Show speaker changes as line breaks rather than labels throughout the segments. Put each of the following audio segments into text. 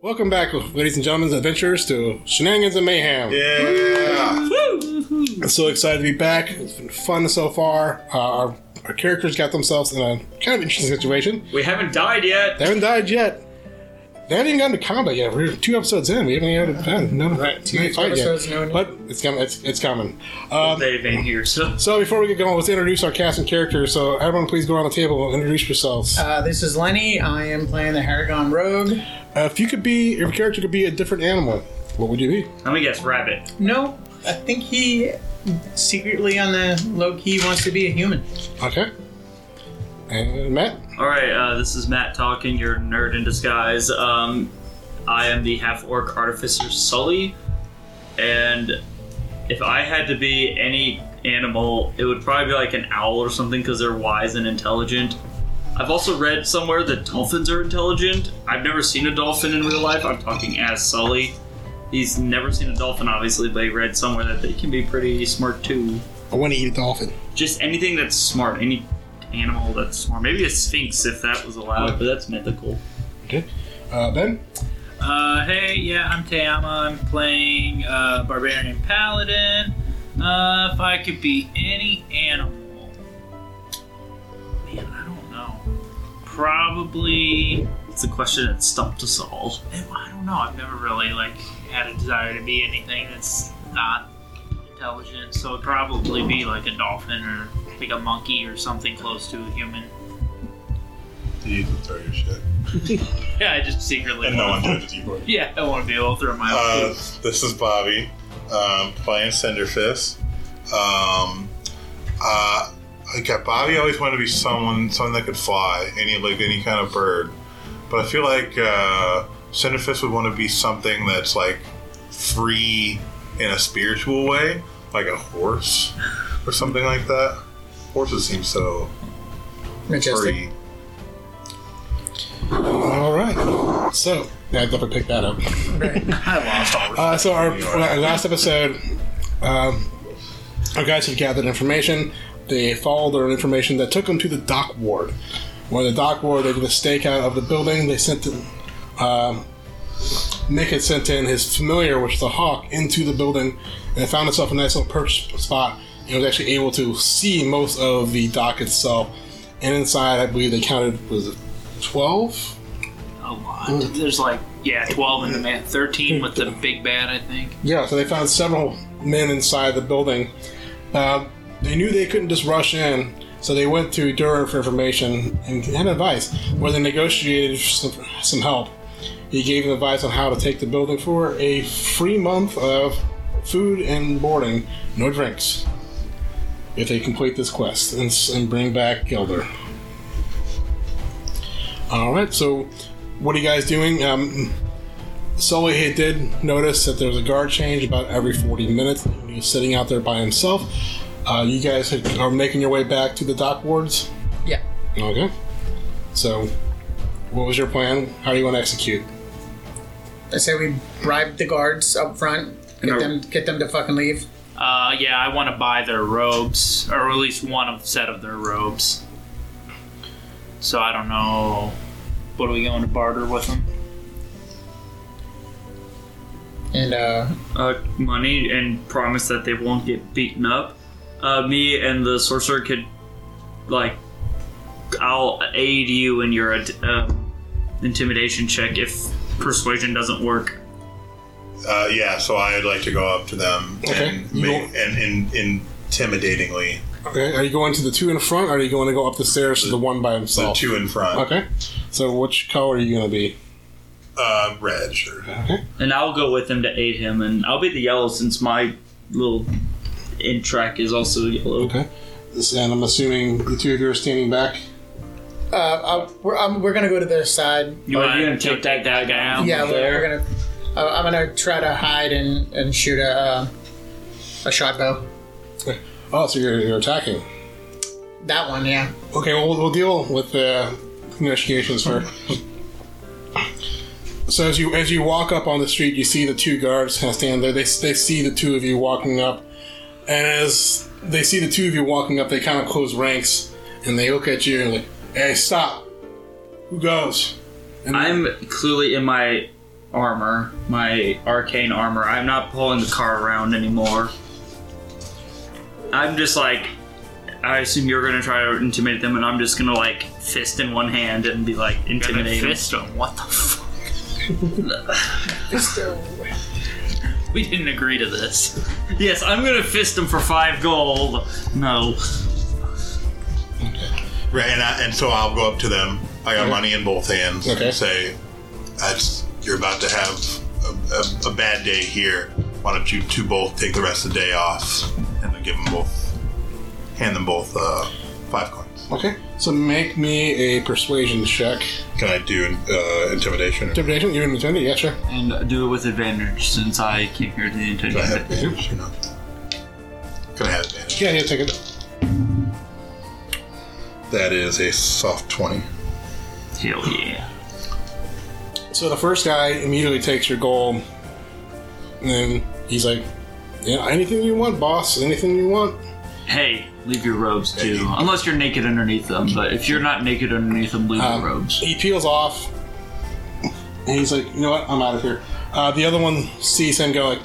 Welcome back, ladies and gentlemen, adventurers, to Shenanigans and Mayhem.
Yeah.
I'm so excited to be back. It's been fun so far. Uh, our, our characters got themselves in a kind of interesting situation.
We haven't died yet.
They haven't died yet. They haven't even gotten to combat yet. We're two episodes in. We haven't even had a no,
Right, two
no fight
episodes, no
yet.
one-
But it's coming. It's, it's coming. Um,
They've been here, so
so before we get going, let's introduce our cast and characters. So everyone, please go around the table and introduce yourselves.
Uh, this is Lenny. I am playing the Haragon Rogue.
Uh, if you could be, if your character could be a different animal, what would you be?
let me guess, rabbit.
No, I think he secretly on the low key wants to be a human.
Okay. And Matt.
All right, uh, this is Matt talking. Your nerd in disguise. Um, I am the half orc artificer Sully, and if I had to be any animal, it would probably be like an owl or something because they're wise and intelligent. I've also read somewhere that dolphins are intelligent. I've never seen a dolphin in real life. I'm talking as Sully. He's never seen a dolphin, obviously, but he read somewhere that they can be pretty smart too.
I want to eat a dolphin.
just anything that's smart, any animal that's smart. Maybe a sphinx if that was allowed, but that's mythical.
Okay. Uh, ben.
Uh, hey, yeah, I'm Tayama. I'm playing uh, Barbarian and Paladin. Uh, if I could be any animal, man, I don't know. Probably,
It's a question that stumped us all.
I don't know. I've never really like had a desire to be anything that's not intelligent. So it'd probably be like a dolphin or like a monkey or something close to a human.
You can throw your shit.
Yeah, I just secretly.
And no one
wanna-
judges you for it.
Yeah, I want to be able to throw my.
Uh, this is Bobby, um, playing Cinderfist. Um, uh, like uh, Bobby always wanted to be someone, someone that could fly, any like any kind of bird. But I feel like uh, Cinderfist would want to be something that's like free in a spiritual way, like a horse or something like that. Horses seem so
Majestic.
free.
All right. So yeah, I definitely picked that up.
I lost all.
Uh, so our, our last episode, um, our guys had gathered information. They followed their information that took them to the dock ward. Where the dock ward, they did a stakeout of the building. They sent in, um, Nick had sent in his familiar, which is the hawk, into the building, and it found itself a nice little perch spot. It was actually able to see most of the dock itself. And inside, I believe they counted was it twelve
a lot. There's like yeah, twelve in the man, thirteen with the big bad, I think.
Yeah, so they found several men inside the building. Uh, they knew they couldn't just rush in, so they went to Durin for information and, and advice, where they negotiated some, some help. He gave them advice on how to take the building for a free month of food and boarding, no drinks, if they complete this quest and, s- and bring back Gilder. All right, so what are you guys doing? Um, Sully he did notice that there was a guard change about every 40 minutes. He was sitting out there by himself. Uh, you guys are making your way back to the dock wards.
Yeah.
Okay. So, what was your plan? How do you want to execute?
I say we bribe the guards up front, get
No.
them get them to fucking leave.
Uh, yeah, I want to buy their robes, or at least one of set of their robes. So I don't know. What are we going to barter with them?
And uh,
Uh, money and promise that they won't get beaten up. Uh, me and the sorcerer could, like, I'll aid you in your uh, intimidation check if persuasion doesn't work.
Uh, yeah, so I'd like to go up to them
Okay.
and,
You
ma-
go-
and, and intimidatingly
Okay, are you going to the two in front, or are you going to go up the stairs to the one by
the
himself?
two in front.
Oh. Okay. So, which color are you going to be?
Uh, red, sure.
Okay.
And I'll go with him to aid him, and I'll be the yellow since my little in track is also yellow.
Okay. And I'm assuming the two of you are standing back.
uh, uh, we're um, we're gonna go to the side.
You
Are
want
you
to
gonna
take
take
that guy down?
yeah, we're,
there?
we're gonna. Uh, I'm gonna try to hide and, and shoot a uh, a shot bow.
Oh, so you're, you're attacking.
That one, yeah.
Okay, well, we'll deal with the negotiations first. so as you as you walk up on the street, you see the two guards kind of stand there. They, they see the two of you walking up, and as they see the two of you walking up, they kind of close ranks and they look at you and like, "Hey, stop! Who goes?"
I'm clearly in my armor, my arcane armor. I'm not pulling the car around anymore. I'm just like, I assume you're gonna try to intimidate them, and I'm just gonna like fist in one hand and be like
Gonna
intimidating.
fist him. What the fuck?
Fisto.
We didn't agree to this.
Yes, I'm gonna fist him for five gold. No,
Right, and, I, and so I'll go up to them. I got money in both hands
Okay.
and say, "That's you're about to have a, a, a bad day here. Why don't you two both take the rest of the day off?" And I give them both, hand them both uh, five coins.
Okay. So make me a persuasion check.
Can I do uh, intimidation? or-
Intimidation? You're an intimidator? Yeah, sure.
and do it with advantage since I can't hear the
Can I have
intention.
advantage or not? Can I have advantage?
Yeah, yeah, take it.
That is a soft twenty.
Hell yeah!
So the first guy immediately takes your gold, and he's like, yeah, anything you want, boss. Anything you want.
Hey, leave your robes
Hey.
too, unless you're naked underneath them. But if you're not naked underneath them, leave
Um,
your robes.
He peels off, and he's like, "You know what? I'm out of here." Uh, the other one sees him go like,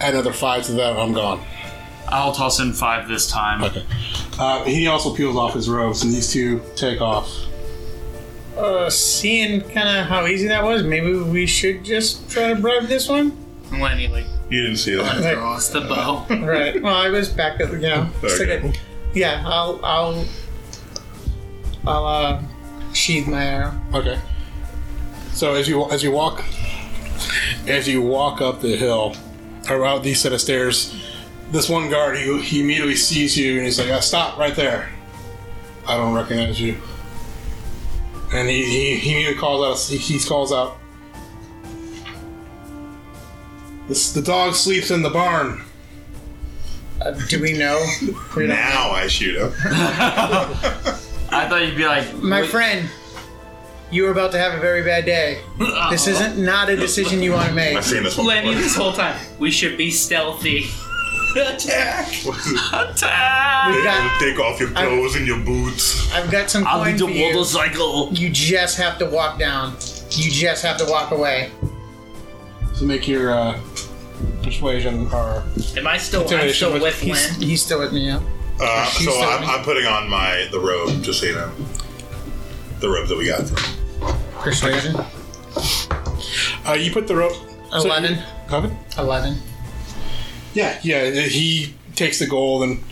"Add another five to that, I'm gone."
I'll toss in five this time.
Okay. Uh, he also peels off his robes, and these two take off.
Uh, seeing kind of how easy that was, maybe we should just try to bribe this one.
And Lenny like
You didn't see that.
undraws the bow.
Right. Well, I was back at you know.
Okay.
stick it- Yeah, I'll I'll I'll uh, sheathe my arrow.
Okay. So as you as you walk as you walk up the hill or out these set of stairs, this one guard he, he immediately sees you and he's like, uh, "Stop right there! I don't recognize you." And he he, he immediately calls out. He, he calls out. This, the dog sleeps in the barn.
Uh, do we know? We don't-
Now I shoot him.
I thought you'd be like,
My
wait-
friend, you are about to have a very bad day. This isn't not a decision you want to make.
I've seen this one.
Lenny
before.
this whole time. We should be stealthy. Attack! Attack!
We've got
Take off your clothes and your boots.
I've got some
I'll
coin
do
for
the
you.
motorcycle.
You just have to walk down. You just have to walk away.
So make your uh, persuasion or
Am I still? I'm
Intimidation
still
with-
with
he's-
Len.
He's still with me, yeah.
Uh,
She's
so I'm,
seven.
I'm putting on my the robe, just so you know, the robe that we got. From.
Persuasion.
uh, you put the rope. so you-
Eleven.
Coven?
Eleven.
Yeah, yeah. He takes the gold and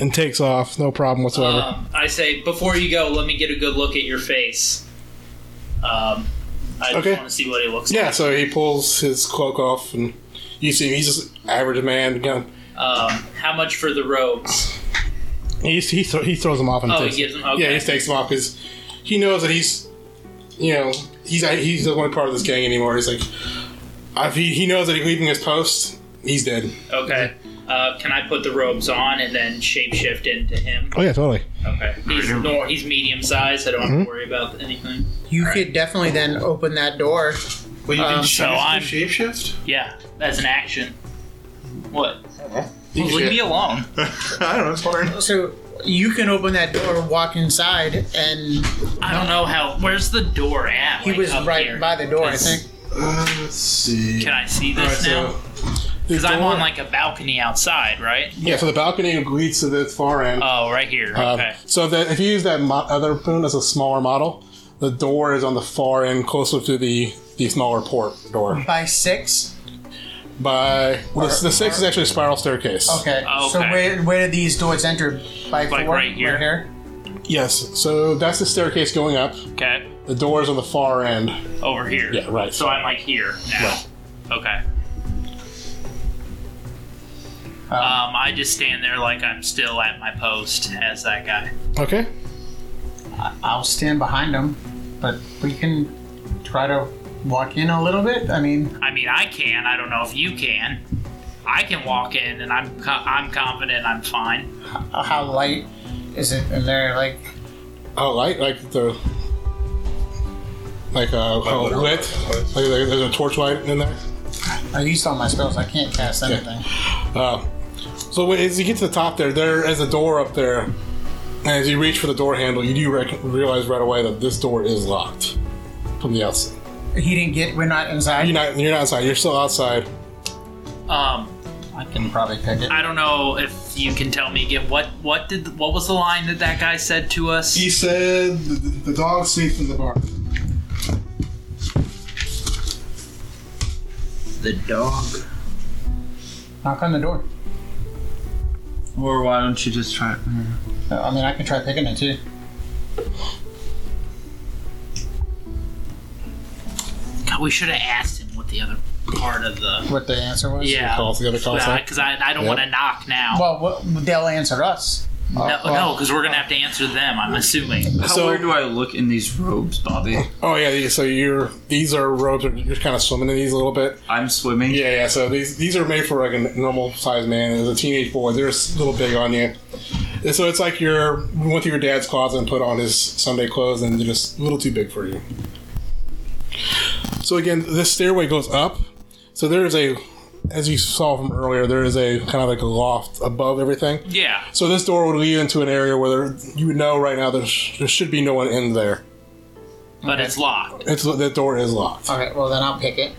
and takes off, no problem whatsoever.
Um, I say before you go, let me get a good look at your face. Um, I just
Okay.
want to see what it looks
yeah, so he pulls his cloak off, and you see him. He's just an average man. Again,
like. Um, how much for the robes?
he he, thro- he throws him off and
Oh, he
takes,
gives him- okay.
yeah, he takes him off because he knows that he's you know he's he's the one part of this gang anymore. He's like, uh, if he he knows that he's leaving his post, he's dead.
Okay. Uh, can I put the robes on and then shapeshift into him?
Oh yeah, totally.
Okay. He's nor, he's medium sized. I don't
Mm-hmm.
have to worry about anything.
You could definitely then open that door.
Well, you
Um,
can
so I'm-
shapeshift.
Yeah, that's an action. What?
You
leave me
should-
alone.
I don't know. It's hard.
So you can open that door, walk inside, and
I don't know how. Where's the door at?
he
Like,
was
up
right
here?
by the door, I
That's-
think.
Uh, let's see.
Can I see
All right,
this now?
so the
Because I'm
door-
on like a balcony outside, right?
yeah, so the balcony leads to the far end.
Oh, right here.
Um,
okay.
So that if you use that mo- other boon as a smaller model, the door is on the far end, closer to the the smaller port door.
By six.
By well, the, the six is actually a spiral staircase.
Okay. So
Oh, Okay.
where where do these doors enter? By
Like
four.
right here?
Yes. So that's the staircase going up.
Okay.
The door is on the far end.
Over here.
Yeah. Right.
So I'm like here now. Okay. Um, I just stand there like I'm still at my post as that guy.
Okay.
I'll stand behind him, but we can try to walk in a little bit. I mean,
I mean, I can. I don't know if you can. I can walk in, and I'm co- I'm confident. I'm fine.
how light is it in there? Like,
Oh, light like the like uh, how
literal
lit. Like there- there's a torch light in there.
I used all my spells. I can't cast anything.
Uh, so when, as you get to the top there, there is a door up there, and as you reach for the door handle, you do rec- realize right away that this door is locked from the outside.
He didn't get. We're not inside.
You're not. You're not outside. You're still outside.
Um,
I can probably pick it.
I don't know if you can tell me again what what did what was the line that that guy said to us?
He said the, the dog sneaked in the barn.
the dog.
Knock on the door.
Or why don't you just try?
Uh, I mean, I can try picking it too.
God, we should have asked him what the other part of the
What the answer was.
yeah.
Call together. Call outside.
Because I, I don't
Yep.
want to knock now.
Well, what, they'll answer us.
no, no, because we're gonna have to answer them. I'm assuming.
How
So-
weird do I look in these robes, Bobby?
Oh yeah. these- So you're. These are robes. that You're kind of swimming in these a little bit.
I'm swimming.
Yeah, yeah. So these these are made for like a normal sized man. As a teenage boy, they're a little big on you. And so it's like you're you went through your dad's closet and put on his Sunday clothes, and they're just a little too big for you. So again, this stairway goes up. So there is a, as you saw from earlier, there is a kind of like a loft above everything.
Yeah.
So this door would lead into an area where there, you would know right now there, sh- there should be no one in there.
But it's locked.
It's that door is locked.
Okay, well then I'll pick it.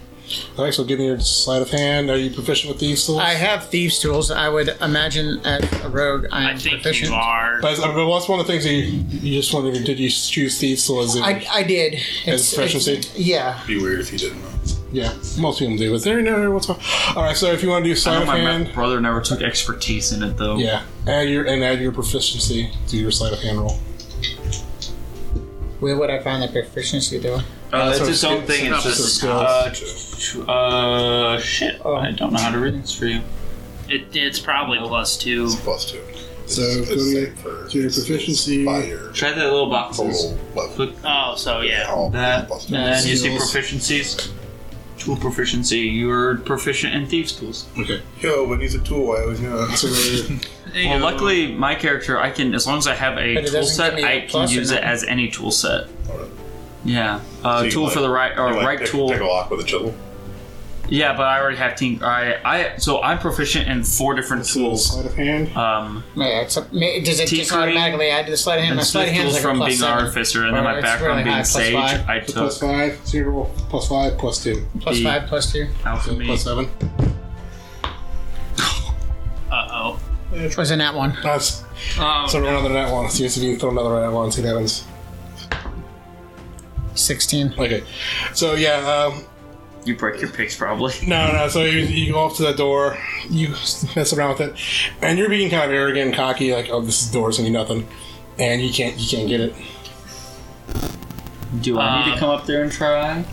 All right, so give me your sleight of hand. Are you proficient with these tools?
I have thieves' tools. I would imagine as a rogue, I am
I think
proficient.
you are.
But I mean, that's one of the things that you, you just wondered. Did you choose thieves still as a-
I, I did. It's-
proficiency?
it's- Yeah.
Be weird if you didn't know.
yeah, most people do. But there, no, no, what's wrong? All right, so if you want to do
I
sleight
know
of
my
hand,
ma- brother never took expertise in it though.
yeah, add your and add your proficiency to your sleight of hand roll.
Where would I find the proficiency though?
Uh,
That's
it's
what
its own thing. It's
it's-
just uh,
it's-
uh, shit. I don't know how to read this for you.
It, it's probably plus two.
It's plus two.
So
It's-
go
it's
to-
set for-
to your
it's- it's
proficiency.
By your
Try the little boxes.
total level.
Click
Oh, so yeah.
All
that,
plus
and
two.
then you see
Skills.
proficiencies. Tool proficiency. You're proficient in thieves tools.
Okay, uh,
Yo, but he's a tool. I always know.
so there-
Well, luckily, my character, I can, as long as I have a
But it
tool
doesn't
set,
give me a
I can
plus or
use it
nothing.
as any tool set.
Alright.
Yeah, uh,
So you
tool
like-
for the right or
You like
right
pick,
tool.
Pick a lock with a chisel.
Yeah, but I already have team. I, I, so I'm proficient in four different tools.
sleight of hand.
Um,
Yeah, it's a, may- does it just
Tinkering
automatically add to the sleight of hand?
and
My sleight of
smith
hand is
tools
like
from
a plus
being an
seven.
artificer, and then
Or
my
it's
background
really
being
high, plus
sage.
five.
I
So
took
plus five, so you roll plus five, plus two,
Plus
the-
five, plus two.
so
alchemy.
plus seven.
Uh
Was in that one.
That's
oh. Um,
so roll another net one. See if you can throw another net one. See what happens.
Sixteen.
Okay, so yeah, um,
You break your picks probably.
No, no. So you, you go up to that door, you mess around with it, and you're being kind of arrogant, and cocky, like, "Oh, this door's gonna be nothing," and you can't, you can't get it.
Do I need
Um,
to come up there and try?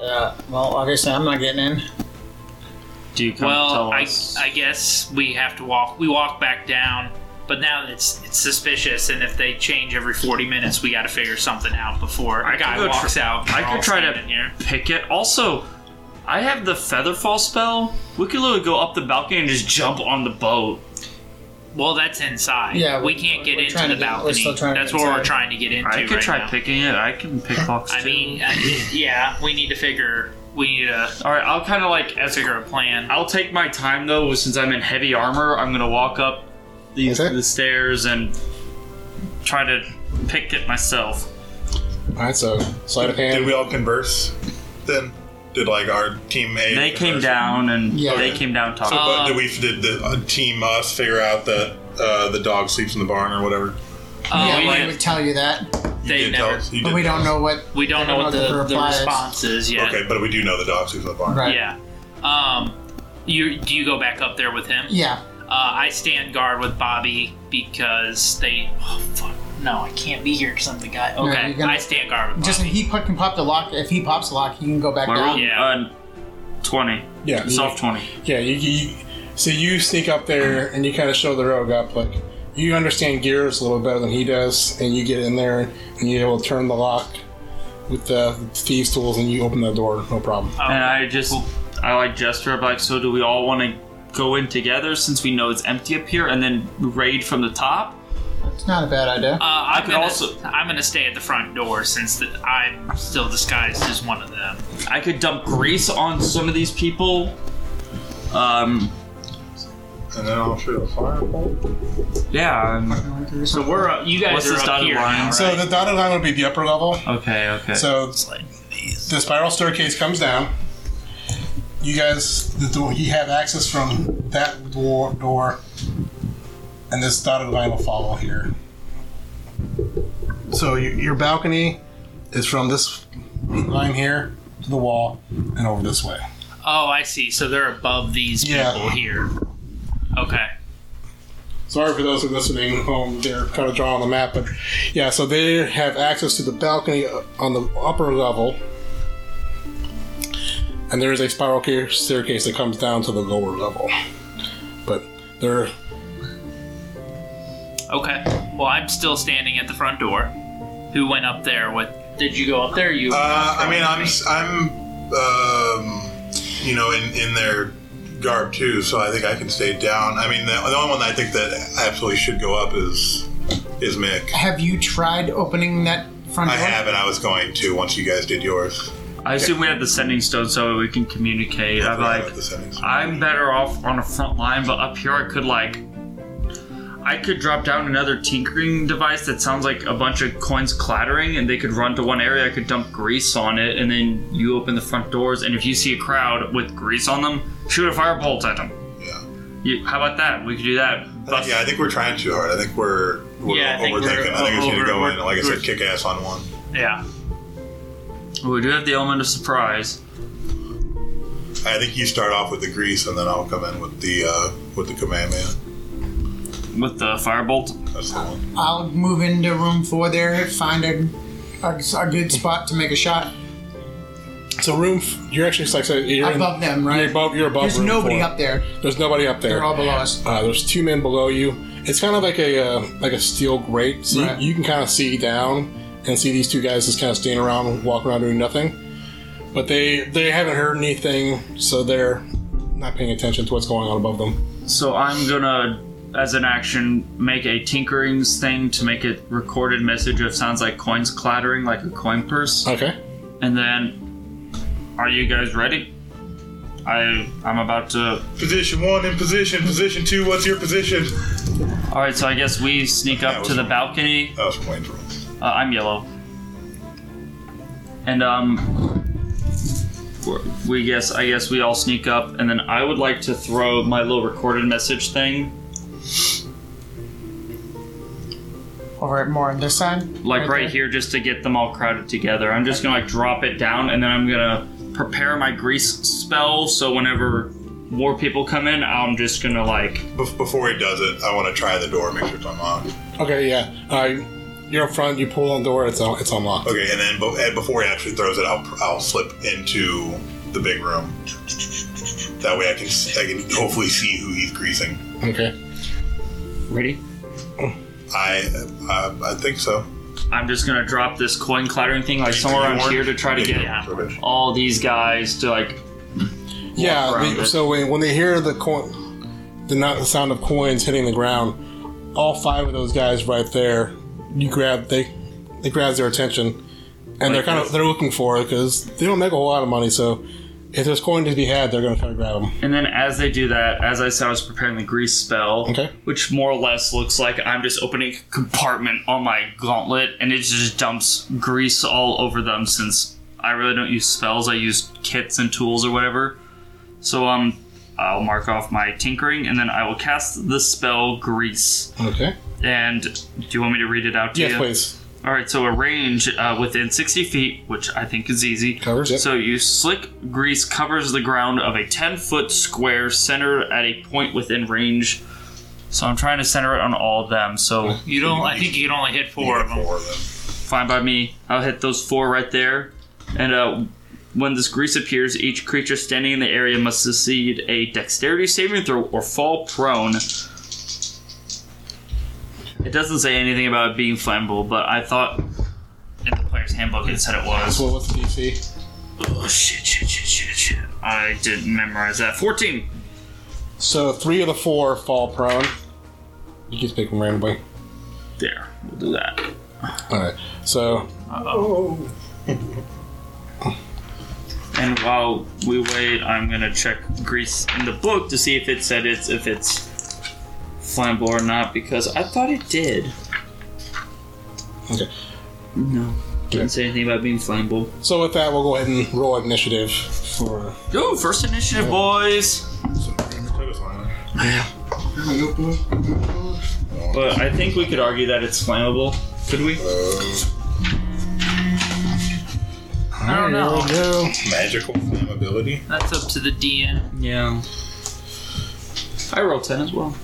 Uh, well, obviously I'm not getting in.
Do you come
well,
tell
I,
us?
I guess we have to walk. We walk back down, but now it's it's suspicious, and if they change every forty minutes, we got to figure something out before
I
a guy
could go tr-
walks out.
I
We're
could
all
try to-
standing here.
pick it. Also, I have the featherfall spell. We could literally go up the balcony and just jump on the boat.
Well, that's inside.
Yeah,
we
we-
can't get
we're
into
trying
the
to get-
balcony.
we're still trying to
that's
get
what we're
inside.
trying to get into.
I could
right
try
now.
picking it. I can pick locks.
I
too.
mean, uh, yeah, we need to figure. We need to
all right. I'll kind of like as
figure a plan. Uh,
I'll take my time though, since I'm in heavy armor. I'm gonna walk up these
Okay.
the stairs and try to pick it myself.
All right, so sleight of
Did
hand.
we all converse? Then did like our team A?
They came
converse?
down and
Yeah.
they came down talking.
But
Uh,
did we did the uh, team us figure out that uh, the dog sleeps in the barn or whatever?
Oh,
yeah,
we
we
didn't-
would tell you that,
they
did
never.
tell us- you
but
did
we
tell
don't
us.
know what.
We don't know
don't
what the,
know what
the
the reply is.
response is yet.
Okay, but we do know the dog sleeps in the barn.
Right.
Yeah. Um, you do you go back up there with him?
Yeah.
Uh, I stand guard with Bobby because they. Oh fuck! No, I can't be here because I'm the guy.
you're
Okay,
gonna-
I stand guard with
Just if
Bobby.
he put, can pop the lock. If he pops the lock, he can go back
My roll,
down.
Yeah.
uh, twenty,
Yeah,
soft twenty.
yeah. You, you, so you sneak up there and you kind of show the rogue up. Like you understand gears a little better than he does, and you get in there and you're able to turn the lock with the thieves tools, and you open the door, no problem.
Oh,
And I just, I like gesture up like, so do we all want to go in together since we know it's empty up here, and then raid from the top?
It's not a bad idea.
uh, I'm
could
gonna,
also-
I'm gonna stay at the front door since the, I'm still disguised as one of them.
I could dump grease on some of these people. Um,
And then I'll shoot a fireball.
yeah. um,
So we're uh, you guys
What's
are
this
up
dotted
here.
line?
now,
So
right?
the dotted line would be the upper level.
okay, okay.
So
It's like these.
the spiral staircase comes down. You guys, the door, you have access from that door, door, and this dotted line will follow here. So your, your balcony is from this line here to the wall and over this way.
Oh, I see. So they're above these
Yeah.
people here. Okay.
Sorry for those who are listening at home. They're kind of drawing the map, but yeah, so they have access to the balcony uh, on the upper level, and there is a spiral ca- staircase that comes down to the lower level. But they're
Okay. Well, I'm still standing at the front door. Who went up there? What did you go up there? You.
Uh, I mean, I'm s- I'm um, you know in in their garb too, so I think I can stay down. I mean, the, the only one I think that absolutely should go up is is Mick.
Have you tried opening that front
I
door?
have, and I was going to once you guys did yours.
I assume we have the sending stone so we can communicate. I'm
Forgot
like,
about the settings.
I'm better off on a front line, but up here I could like I could drop down another tinkering device that sounds like a bunch of coins clattering and they could run to one area, I could dump grease on it, and then you open the front doors and if you see a crowd with grease on them, shoot a firebolt at them.
Yeah.
You, how about that? We could do that. But
yeah, I think we're trying too hard. I think we're, we're
Yeah, I think
overthinking.
we're
I think it's going to go
over-
in, like I said,
we're-
kick ass on one.
yeah.
we do have the element of surprise.
I think you start off with the grease, and then I'll come in with the uh, with the command man.
With the firebolt.
That's the one.
I'll move into room four there, find a, a, a good spot to make a shot
so room. f- You're actually like so you're in-
above them, right?
You're above. You're above.
There's
room
nobody
four.
up there.
There's nobody up there.
They're all below us.
Uh, there's two men below you. It's kind of like a uh, like a steel grate, so you-
Right.
you, can kind of see down and see these two guys just kind of standing around, walking around doing nothing. But they they haven't heard anything, so they're not paying attention to what's going on above them.
So I'm gonna, as an action, make a tinkerings thing to make a recorded message of sounds like coins clattering, like a coin purse.
Okay.
And then, are you guys ready? I I'm about to.
Position one in position. Position two. What's your position?
All right, so I guess we sneak
That
up
was
to the
wrong.
balcony.
That was Wayne's rules.
Uh, I'm yellow, and um, we're- we guess I guess we all sneak up, and then I would like to throw my little recorded message thing,
Over at more on this side.
like right
there.
here, just to get them all crowded together. I'm just gonna like drop it down, and then I'm gonna prepare my grease spell. So whenever more people come in, I'm just gonna like
Bef- Before he does it, I want to try the door, make sure it's unlocked.
Okay. Yeah. Uh, you're up front. You pull on the door. It's un- it's unlocked.
Okay, and then be- and before he actually throws it, I'll I'll slip into the big room. That way, I can s- I can hopefully see who he's greasing.
Okay.
ready.
I uh, I think so.
I'm just gonna drop this coin clattering thing like somewhere around here to try to get
Rubbish.
all these guys to like.
Yeah.
around
They,
it.
so when, when they hear the coin, the not the sound of coins hitting the ground, all five of those guys right there, you grab they, it grabs their attention, and they're kind of they're looking for it because they don't make a whole lot of money. So if there's coin to be had, they're going to try to grab them.
And then as they do that, as I said, I was preparing the grease spell,
Okay.
which more or less looks like I'm just opening a compartment on my gauntlet, and it just dumps grease all over them. Since I really don't use spells, I use kits and tools or whatever. So um, I'll mark off my tinkering, and then I will cast the spell grease.
Okay.
And do you want me to read it out to
Yes,
you?
please.
All right, so a range uh, within 60 feet, which I think is easy.
Covers it.
So you slick grease covers the ground of a 10 foot square centered at a point within range. So I'm trying to center it on all of them. So
You don't. I think you can only hit four of them.
Four of them.
fine by me. I'll hit those four right there. And uh, when this grease appears, each creature standing in the area must succeed a dexterity saving throw or fall prone. It doesn't say anything about it being flammable, but I thought in the player's handbook it said it was.
So what's the DC?
Oh shit, shit, shit, shit, shit. I didn't memorize that. 14.
So three of the four fall prone. You can just pick them randomly.
There, we'll do that.
All right. So
And while we wait, I'm gonna check grease in the book to see if it said it's if it's flammable or not because I thought it did.
okay.
No.
Yeah.
Didn't say anything about being flammable.
So with that, we'll go ahead and roll initiative for.
Go first initiative, boys.
Yeah.
But I think we could argue that it's flammable. Could we?
I don't know. Here we go.
Magical flammability.
That's up to the DM.
Yeah. I roll ten as well,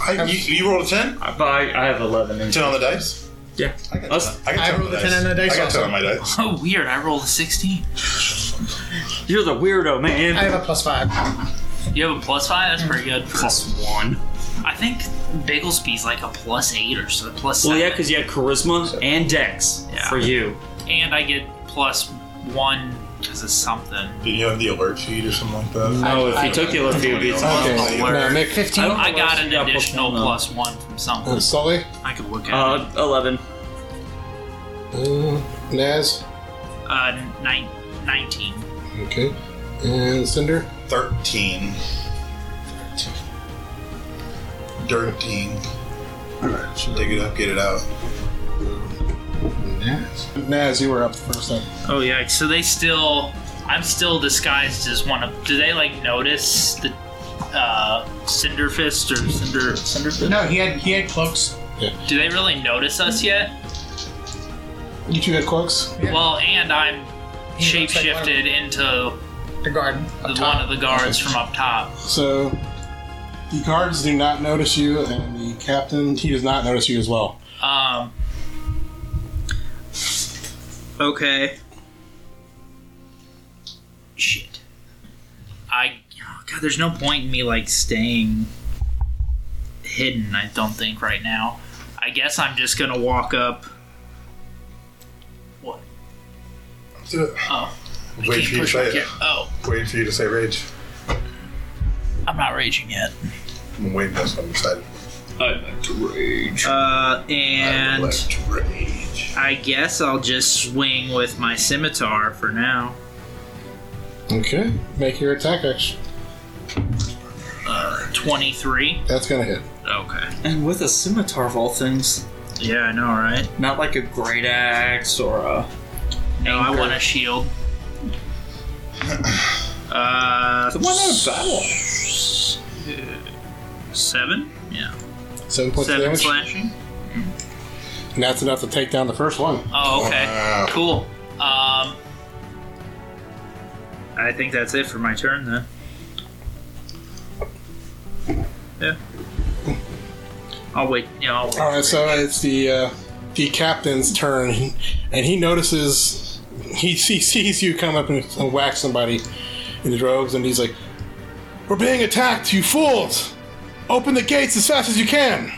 I, you, you rolled a 10?
I- but I, I have eleven. In
10 on the dice?
Yeah.
I got
Us-
10. I, got
I
10
rolled
on
a
the
10 on the dice
I got
also.
10 on my dice.
Oh, weird. I rolled a 16.
You're the weirdo, man.
I have a plus five.
You have a plus five? That's pretty good.
plus one.
I think Bigglesby's like a plus eight or so, plus
Well,
seven.
yeah, because you had charisma and dex
Yeah.
for you.
And I get plus one because of something.
Did you have the alert sheet or something like that?
No,
I-
Oh, if you
I-
took the other few, it'd be
Okay.
Oh,
now,
word.
Nick
Fifteen.
I don't-
I got an
Yeah, plus
additional
one, though.
plus one from something.
and Sully,
I could look at it.
uh, eleven.
uh, Naz,
Uh, nine, 19.
okay, and Cinder.
13. 13.
Alright, so
Dig it up, get it out.
Naz. Naz, you were up first. Then.
Oh yeah, so they still I'm still disguised as one of do they like notice the uh Cinderfist or Cinder Cinderfist?
No, he had he had cloaks.
Do they really notice us yet?
You two had cloaks.
Yeah.
Well and I'm
He looks like one of-
shapeshifted into
The garden.
the
Up
one
top.
of the guards from up top.
So the guards do not notice you, and the captain he does not notice you as well.
Um Okay. Shit. I oh, God, there's no point in me like staying hidden, I don't think right now. I guess I'm just going to walk up What? Oh. I
Wait
can't
for you to
push
say
my
it.
ca- Oh,
Waiting for you to say rage.
I'm not raging yet.
I'm waiting, that's what I'm excited
I'd like to rage.
Uh
for. I
and
would like to rage.
I guess I'll just swing with my scimitar for now.
Okay, make your attack action.
Uh, 23.
That's gonna hit.
Okay.
And with a scimitar of all things,
Yeah, I know, right?
not like a great axe or a.
No, I
Anchor.
want a shield. Uh,
The one out of battle.
seven? Yeah.
Seven points
seven
of damage.
slashing?
And that's enough to take down the first one.
Oh, okay.
Wow.
Cool. Um, I think that's it for my turn then. Yeah. I'll wait. Yeah, I'll wait.
All right, so it's the uh, the captain's turn, and he notices he, he sees you come up and, and whack somebody in the robes, and he's like, "We're being attacked, you fools! Open the gates as fast as you can!"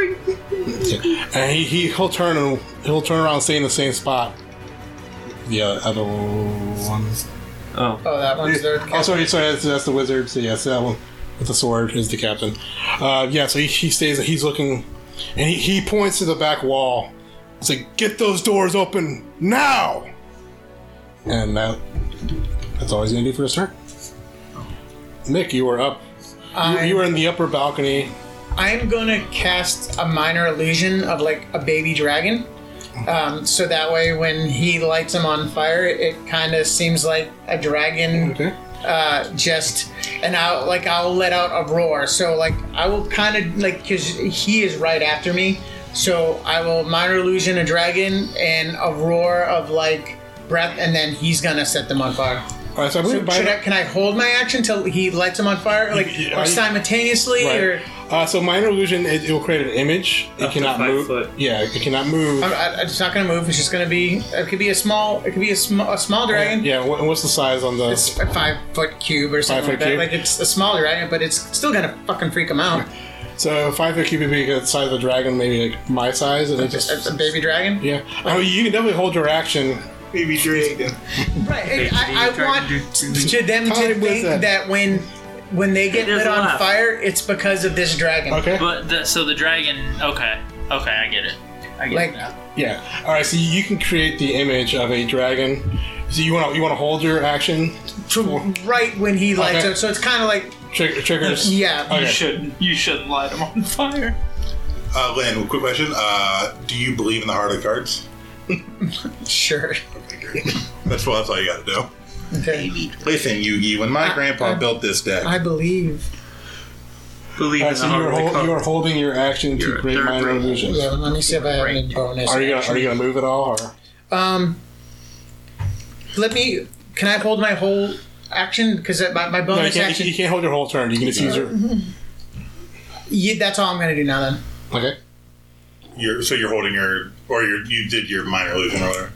and he, he he'll turn and he'll turn around, and stay in the same spot. The uh, other one.
Oh.
Oh, that one's there.
Oh, sorry, sorry, that's, that's the wizard. So yes, that one with the sword is the captain. Uh, yeah, so he, he stays. He's looking, and he, he points to the back wall. It's like, get those doors open now. And that that's all he's gonna do for his turn. Nick, you were up. You,
I'm,
you were in the upper balcony.
I'm gonna cast a minor illusion of like a baby dragon. Um, so that way, when he lights him on fire, it kind of seems like a dragon
Okay.
uh, just and I'll like I'll let out a roar. So like I will kind of like because he is right after me. So I will minor illusion a dragon and a roar of like breath, and then he's gonna set them on fire.
All right, so I
So
believe by
should I, can I hold my action till he lights them on fire, like
You- you-
or
I-
simultaneously, or
right. Uh, so minor illusion, it, it will create an image. It
Up to
cannot
five
move.
foot.
Yeah, it cannot move.
I'm, I, it's not gonna move. It's just gonna be. It could be a small. It could be a, sm- a small dragon.
Yeah. What, what's the size on the?
It's a five foot cube or something
Five-foot
like that.
cube?
Like it's a small dragon, but it's still gonna fucking freak him out.
So five foot cube would be the size of a dragon, maybe like my size, and it just
A, a baby dragon.
yeah. I mean, you can definitely hold your action.
Baby dragon.
Right. I, I want to them to
Time was
think
up.
that when when they get
There's
lit on
left.
fire, it's because of this dragon.
Okay.
But the, so the dragon. Okay. Okay, I get it. I get
Like-
it now.
Yeah. All right. So you can create the image of a dragon. So you want to you want to hold your action.
To right when he lights
Okay.
up, so it's kind of like
Tri- triggers.
yeah.
Okay.
shouldn't. You shouldn't light him on fire.
Uh, Lynn, quick question. Uh, do you believe in the heart of cards?
Sure.
That's what that's all you got to do.
Okay.
Listen, Yugi, when my
I-
grandpa
I-
built this deck,
I believe.
All
Believe in
right,
the
so
heart
you're,
of the
hol-
card.
you're holding your action
You're
to
a
create
third
minor
grade.
illusions.
Yeah, Oh, let me see if I have any bonus.
Are you gonna
action.
Are you gonna move at all? Or
Um, let me. Can I hold my whole action? Because my, my
no, you
bonus
can't,
action.
you can't hold your whole turn. You can just use your.
Mm-hmm. Yeah, that's all I'm gonna do now. Then
Okay.
you're so you're holding your or you you did your minor illusion or whatever.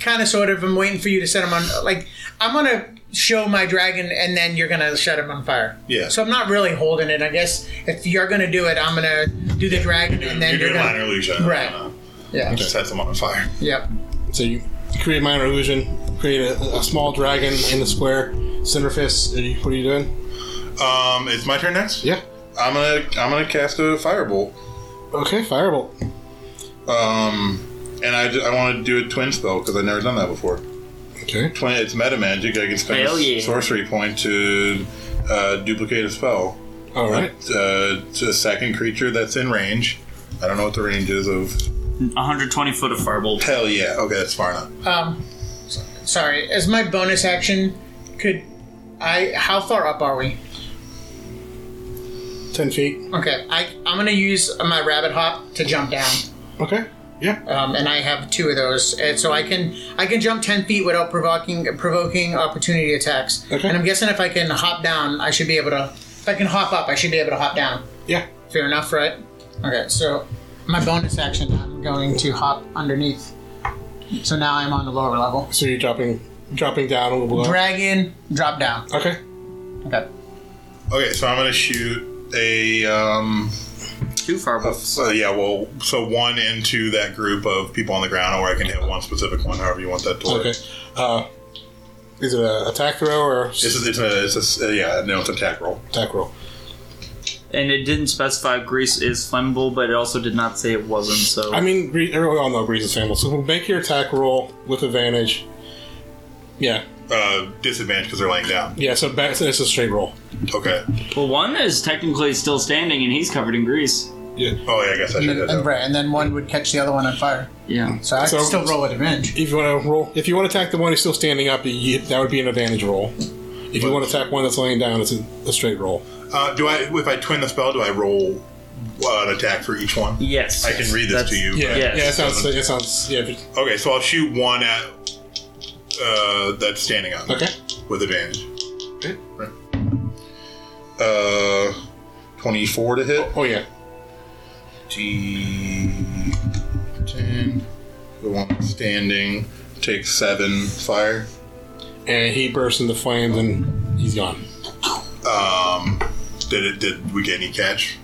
kind of, sort of. I'm waiting for you to set him on. Like I'm gonna show my dragon, and then you're gonna set him on fire.
Yeah.
So I'm not really holding it. I guess if you're gonna do it, I'm gonna do the dragon, and then
you're
you're,
doing
gonna.
minor illusion,
Right.
Uh,
Yeah.
Just set them on fire.
Yep.
So you create minor illusion. Create a, a small dragon in the square. Center fist. Are you, what are you doing?
Um, it's my turn next.
Yeah.
I'm gonna I'm gonna cast a firebolt.
Okay. Firebolt.
Um, and I, ju- I want to do a twin spell because I've never done that before.
Okay.
Twin, it's meta magic. I can spend a
Hell
s-
yeah.
sorcery point to uh, duplicate a spell.
All right.
Uh, to a second creature that's in range. I don't know what the range is of.
120 foot of firebolt.
Hell yeah. Okay, that's far enough.
Um, s- sorry. As my bonus action, could I? How far up are we?
Ten feet.
Okay. I I'm gonna use my rabbit hop to jump down.
Okay. Yeah.
um, and I have two of those, and so I can I can jump ten feet without provoking provoking opportunity attacks.
Okay.
And I'm guessing if I can hop down, I should be able to. If I can hop up, I should be able to hop down.
Yeah.
Fair enough, right? Okay, so my bonus action, I'm going to hop underneath. So now I'm on the lower level.
So you're dropping dropping down a little below.
Dragon, drop down.
okay.
Okay.
Okay, so I'm gonna shoot a. Um,
Two firebolts.
so yeah, well, so one into that group of people on the ground, or I can hit one specific one, however you want that to work.
Okay. Uh, is it an attack throw or
This is it's a, it's a s- uh, yeah, no, it's an attack roll.
attack roll?
And it didn't specify grease is flammable, but it also did not say it wasn't, so.
I mean, Gre- we all know Breeze is famous. So make your attack roll with advantage. Yeah.
Uh, disadvantage because they're laying down.
Yeah. So back, so it's a straight roll.
Okay.
well, one is technically still standing and he's covered in grease.
Yeah.
Oh yeah, I guess I
And
should
then,
do
and,
that.
right, and then one would catch the other one on fire.
Yeah.
So I
So-
can still roll with advantage.
If you want to roll, if you want to attack the one who's still standing up, you, that would be an advantage roll. If you want to attack one that's laying down, it's a, a straight roll.
Uh, do I if I twin the spell? Do I roll uh, an attack for each one?
Yes.
I can read this
That's-
to you.
Yeah,
right?
Yes.
yeah, it sounds, it sounds, yeah. but-
Okay, so I'll shoot one at uh, that's standing up.
Okay,
With advantage.
Okay.
Right. Uh, twenty-four to hit.
oh yeah,
D ten. The one standing takes seven fire.
and he bursts into flames and he's gone.
Um, did it? Did we get any catch?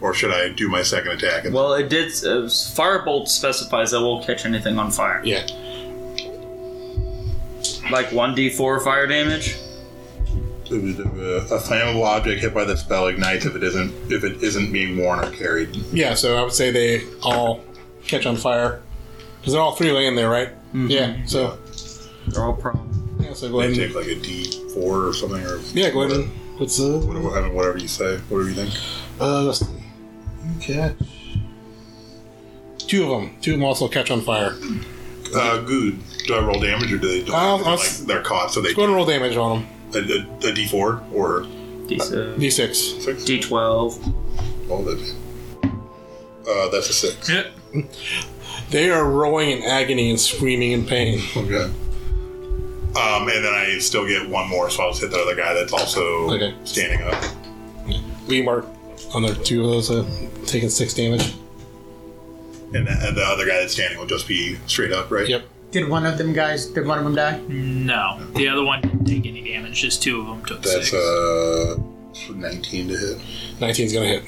Or should I do my second attack?
Well, it did. Uh, firebolt specifies that won't catch anything on fire.
Yeah,
Like 1d4 fire damage?
It was, uh, a flammable object hit by the spell ignites if it isn't if it isn't being worn or carried.
yeah. So I would say they all catch on fire because they're all three laying there, right? Yeah. So
They're all prone.
yeah, so go
They
ahead.
take
And,
like a D four or something or
yeah, go ahead. And, what's the
whatever, I mean, whatever you say, whatever you think.
uh? Let's see. You catch two of them. Two of them also catch on fire.
Uh, good. Do I roll damage or do they? do
I'll- I'll
like,
s-
they're caught, so they
Go ahead and roll damage on them.
a, a, a D four or
D6.
D6.
six.
D12.
All that. Uh, that's a six.
Yep.
They are rolling in agony and screaming in pain.
Okay. Um, and then I still get one more, so I'll just hit the other guy that's also
Okay.
standing up.
We mark on their two of those, uh, taking six damage.
And the, and the other guy that's standing will just be straight up, right?
Yep.
Did one of them guys? Did one of them die?
No, the other one didn't take any damage. Just two of them took
That's
six.
uh, 19 to hit.
19's gonna hit.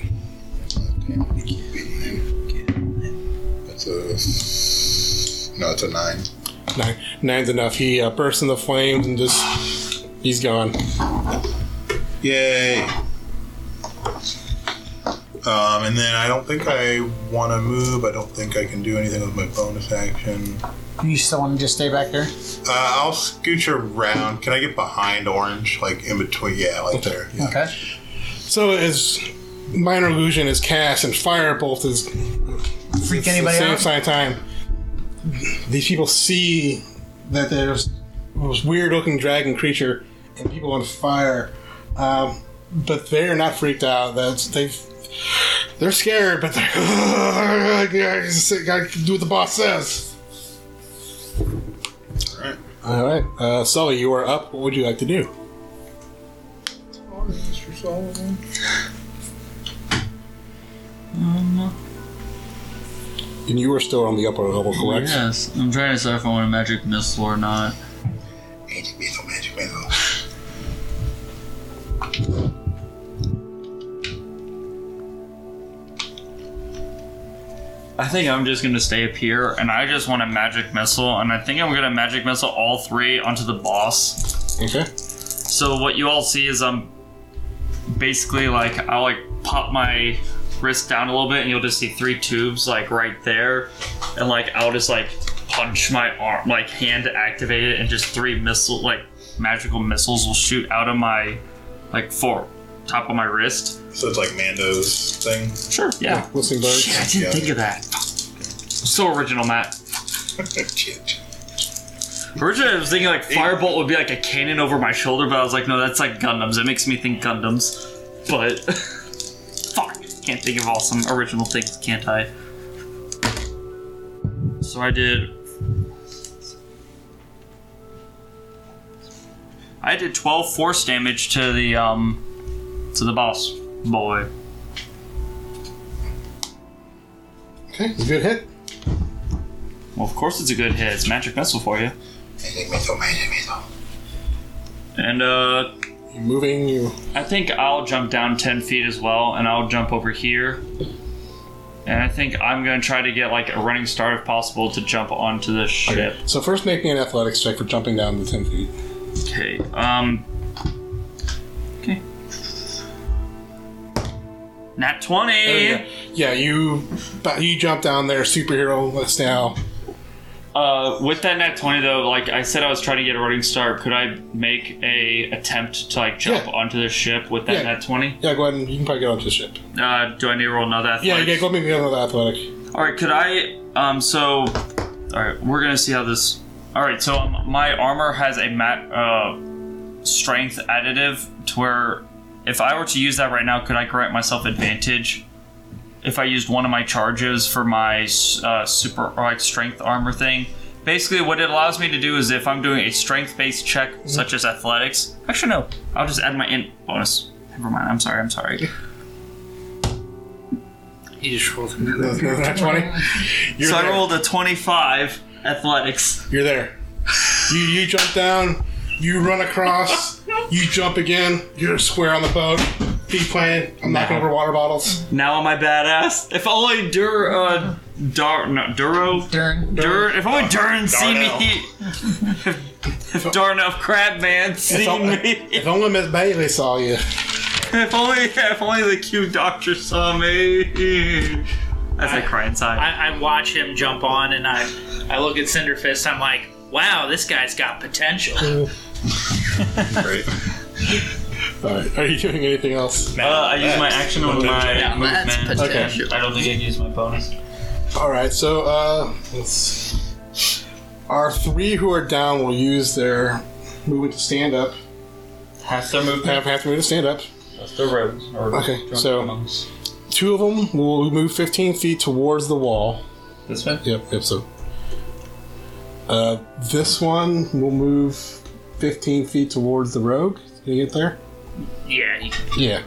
That's a. No, it's a nine.
Nine, nine's enough. He uh, bursts into flames and just. He's gone.
Yay! Um, and then I don't think I want to move. I don't think I can do anything with my bonus action. Uh,
You still want to just stay back there?
I'll scooch around. Can I get behind Orange? Like in between? Yeah, like there. Yeah.
Okay.
So as minor illusion is cast and firebolt is
Freak
at the
anybody
same
out?
same time. these people see that there's this weird looking dragon creature and people on fire, um, but they're not freaked out. That's they they're scared, but they're I gotta do what the boss says.
All right.
All right, uh, Sully, you are up. What would you like to do?
Mr. Sullivan.
And you are still on the upper level, correct?
Yes, I'm trying to decide if I want a magic missile or not.
Magic missile, magic missile.
I think I'm just gonna stay up here, and I just want a magic missile, and I think I'm gonna magic missile all three onto the boss.
Okay.
So what you all see is I'm basically like I'll like pop my wrist down a little bit, and you'll just see three tubes like right there, and like I'll just like punch my arm, like hand to activate it, and just three missile like magical missiles will shoot out of my like four top of my wrist.
So it's like Mando's thing.
Sure. Yeah.
Listening birds.
Shit, I didn't
Yeah.
think of that. So original, Matt.
Shit.
Originally, I was thinking like Firebolt would be like a cannon over my shoulder, but I was like, no, that's like Gundams. It makes me think Gundams. But fuck, can't think of awesome original things, can't I? So I did. I did 12 force damage to the um to the boss boy.
Okay, good hit.
Well, of course it's a good hit. It's magic missile for you.
Magic missile, magic missile.
And uh
You're moving. You
I think I'll jump down 10 feet as well, and I'll jump over here. And I think I'm going to try to get like a running start if possible to jump onto the ship.
so first make me an athletics check for jumping down the ten feet.
Okay. Um. Okay. Nat 20!
There you go. Yeah, you but you jump down there, superhero style.
Uh, with that nat 20 though, like I said, I was trying to get a running start. Could I make a attempt to like jump
Yeah.
onto the ship with that
Yeah.
nat 20?
Yeah, go ahead and you can probably get onto the ship.
Uh, do I need to roll another
Yeah,
athletics?
yeah, go make me another athletic.
All right, could I? Um, so, all right, we're gonna see how this. All right, so um, my armor has a mat uh, strength additive to where, if I were to use that right now, could I grant myself advantage? If I used one of my charges for my uh, super or like strength armor thing, basically what it allows me to do is if I'm doing a strength-based check such as athletics. Actually, no, I'll just add my int bonus. Never mind. I'm sorry. I'm sorry.
He just rolled another.
Another nat twenty. You're
so
there.
I rolled a twenty-five athletics.
You're there. You you jump down. You run across. You jump again. You're square on the boat. Feet planted. I'm knocking over water bottles.
Now am I badass? If only Dur, uh, Dar, no, Duro,
During,
Dur, if only Durin see me. If, if Darnell Crabman see
all-
me.
If only Miss Bailey saw you.
If only, if only the cute doctor saw me. As I cry inside.
I, I watch him jump on, and I, I look at Cinderfist. I'm like, wow, this guy's got potential.
Great.
All right. Are you doing anything else?
uh, I use my action on my
Yeah,
movement.
Okay.
I don't think I can use my bonus.
All right, so uh, let's. Our three who are down will use their movement to stand up.
Half their movement.
Have half the movement to stand up.
That's their roads.
Okay, drunk so- monks. Two of them will move 15 feet towards the wall.
This one?
Yep, yep. So uh, this one will move 15 feet towards the rogue. Can you get there?
yeah, he,
Yeah.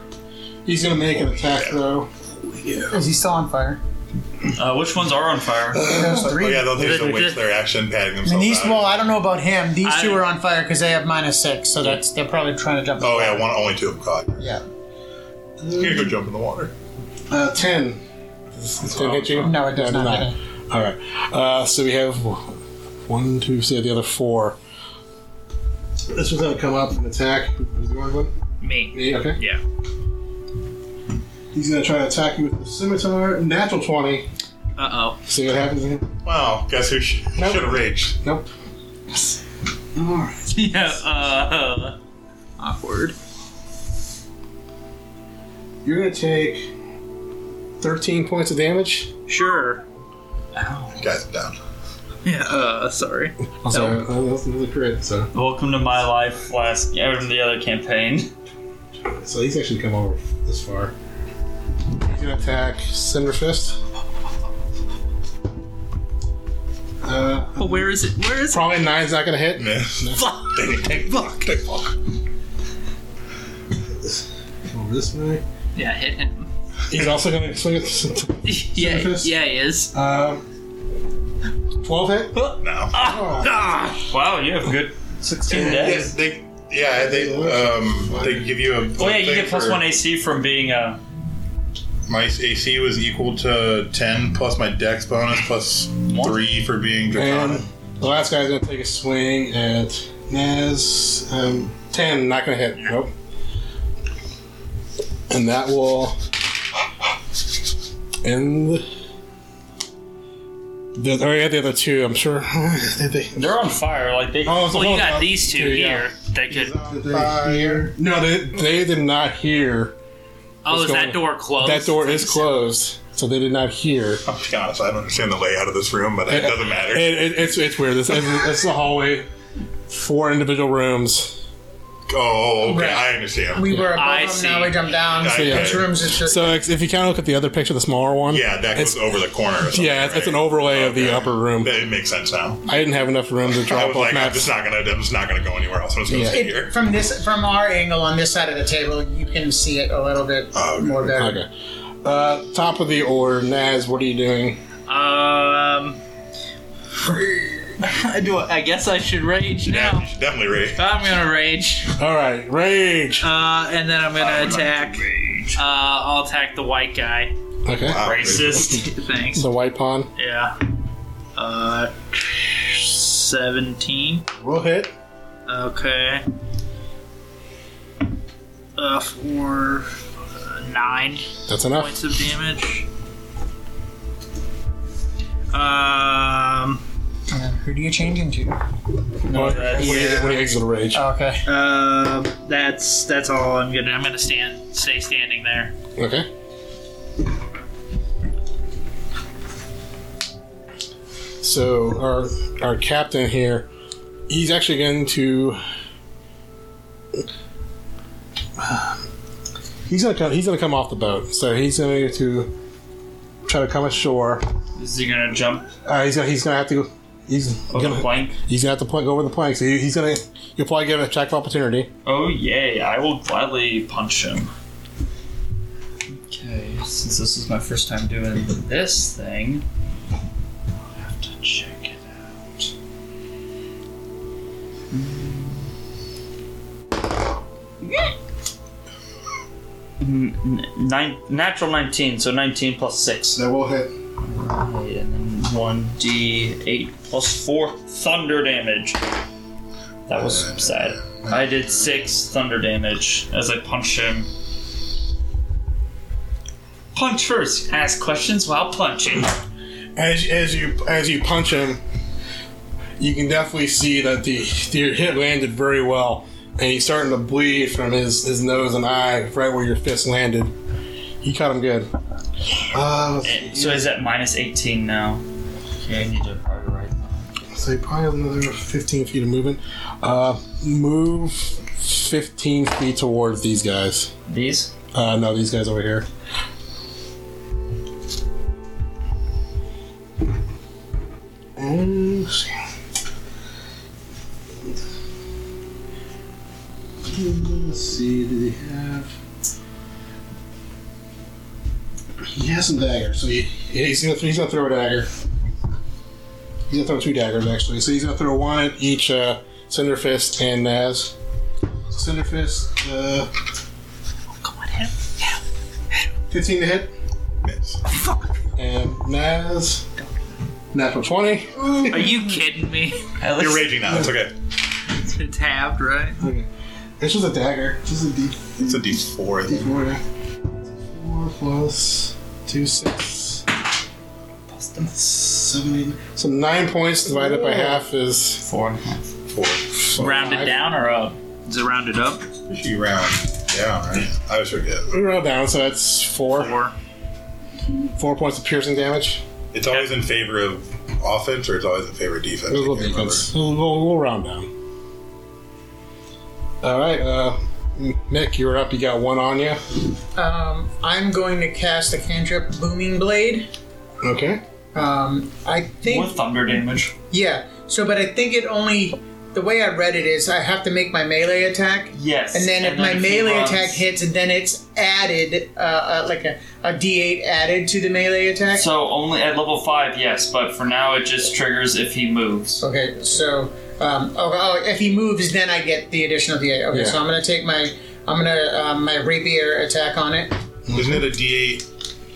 He's gonna make an attack though.
Is he still on fire?
Uh, which ones are on fire?
Those
Oh,
three.
yeah, they'll take the waste their action, patting
And
themselves.
these,
out.
well, I don't know about him. These two
I-
are on fire because they have minus six, so that's they're probably trying to jump.
Oh yeah, one only two of them caught.
Yeah.
Here, go jump in the water.
Uh, 10. Does does 10 hit you?
No, it does
No,
not.
no.
hit him.
All right. Uh, so we have one, two, so the other four. This one's gonna come up and attack. Who's the other one?
me.
Me. Okay.
Yeah.
He's gonna try to attack you with the scimitar. Natural twenty.
Uh oh.
See what happens. Again.
Wow, guess who sh-
Nope.
should have raged?
Nope. All right.
yeah, uh. Awkward.
You're gonna take thirteen points of damage.
Sure.
Guys, I'm down.
Yeah, uh, sorry.
Also, uh, that's another crit. So,
Welcome to my life last or the other campaign.
so he's actually come over this far. He's gonna attack Cinder Fist. Uh,
But where is it? Where is it?
probably nine's not gonna hit.
Miss.
Fuck. Fuck.
Over this way.
Yeah, hit him.
He's also gonna swing at Cinder
yeah,
Fist.
yeah, he is.
Um, twelve hit.
No.
Oh,
Ah,
Wow, you have good 16
They,
days.
they, yeah, they um, they give you a.
Oh yeah, you
thing
get plus
for-
one AC from being a.
My AC was equal to ten plus my Dex bonus plus three for being draconic.
and the last guy's gonna take a swing at Naz. Um, Ten, not gonna hit. Nope. And that will end. The, oh yeah, the other two. I'm sure. Did they-
They're on fire. Like they.
oh, it's a
well, you
whole-
got these two
yeah. uh,
here. They could.
Did they hear? No, they, they did not hear.
Oh, is
going-
that door closed?
That door is closed, so they did not hear.
I'll be honest, I don't understand the layout of this room, but it doesn't matter.
It, it, it's it's weird. This is, this is a hallway, four individual rooms.
oh, okay,
Right.
I understand.
We were
I
above them, now
see.
we jump down.
Yeah, yeah.
Which rooms is just
So if if you kind of look at the other picture, the smaller one.
yeah, that goes
it's-
over the corner. Or something,
Yeah, it's, it's an
right?
overlay of the
Okay.
upper room.
It makes sense now.
I didn't have enough room to
I
draw
was
both
like, I'm
maps.
just not gonna, I'm just not gonna go anywhere else. I'm just gonna
Yeah.
stay here.
it, from this from our angle on this side of the table. You can see it a little bit
Oh, okay.
more better.
Okay. Uh, top of the order, Naz. What are you doing?
Um. I do. I guess I should rage
Yeah,
now.
you should definitely read.
I'm gonna rage,
All right, rage.
uh, and then I'm gonna
I'm not
attack.
gonna rage.
Uh, I'll attack the white guy.
Okay.
Wow,
Racist.
Thanks.
The white pawn
Yeah. Uh, seventeen.
will hit.
Okay. Uh, for uh, nine
That's enough.
points of damage. Um.
And who do you change into? Oh,
Well,
that's-
when, you, when you exit a rage.
Okay.
Uh, that's that's all I'm gonna. I'm gonna stand, stay standing there.
Okay. So our our captain here, he's actually going to. He's gonna come. He's gonna come off the boat. So he's going to try to come ashore.
Is he gonna jump
Uh, he's gonna. He's gonna have to. go- He's
over
gonna.
the plank?
He's gonna have to plank, go over the plank. So he, he's gonna. You'll probably get an attack of opportunity.
Oh yay! I will gladly punch him. Okay, since this is my first time doing this thing, I'll have to check it out. Hmm. N- n- Nine, natural 19, so 19 plus 6.
That will hit.
Right, and then 1d8 plus 4 thunder damage. That was sad. I did 6 thunder damage as I punched him. Punch first! Ask questions while punching.
as, as you as you punch him, you can definitely see that the the hit landed very well, and he's starting to bleed from his, his nose and eye right where your fist landed. He cut him good. Uh,
So he's at minus 18 now. Okay, I need to probably write that.
so probably another fifteen feet of movement. Uh, move fifteen feet towards these guys.
These?
Uh, no, these guys over here. And let's see. Let's see, did he have? He has some daggers, so he, he's gonna he's gonna throw a dagger. He's gonna throw two daggers actually. So he's gonna throw one at each uh, Cinderfist and Naz. Cinderfist, uh,
Come on, hit him.
15 to hit.
Miss.
And Naz, natural 20.
Are you kidding me?
At least
You're raging now. It's okay.
It's halved, right?
Okay. It's just a dagger. It's just a D,
It's a D4. I think.
D4. yeah. 4 plus 2, 6,
bust him.
7, 8. So 9 points divided by half is.
Four and a half.
Four. So
Rounded
Five.
down or up?
Is it rounded up?
you round. Yeah, right. I always forget.
We roll down, so that's 4.
Four.
4 points of piercing damage.
It's always in favor of offense, or it's always in favor of defense.
We'll go
I can't remember.
defense. We'll, we'll, we'll round down. All right, uh, Nick, you're up. You got one on you.
Um, I'm going to cast a cantrip, Booming Blade.
Okay.
Um, I think,
With thunder damage.
yeah. So, but I think it only. The way I read it is, I have to make my melee attack,
Yes.
and then if my
he
melee
runs-
attack hits, and then it's added, uh, uh, like a, a D8 added to the melee attack.
So only at level five, yes, but for now it just triggers if he moves.
Okay, so um, oh, oh, if he moves, then I get the additional D8. Okay,
Yeah.
so I'm gonna take my I'm gonna um, my rapier attack on it.
Isn't it a D8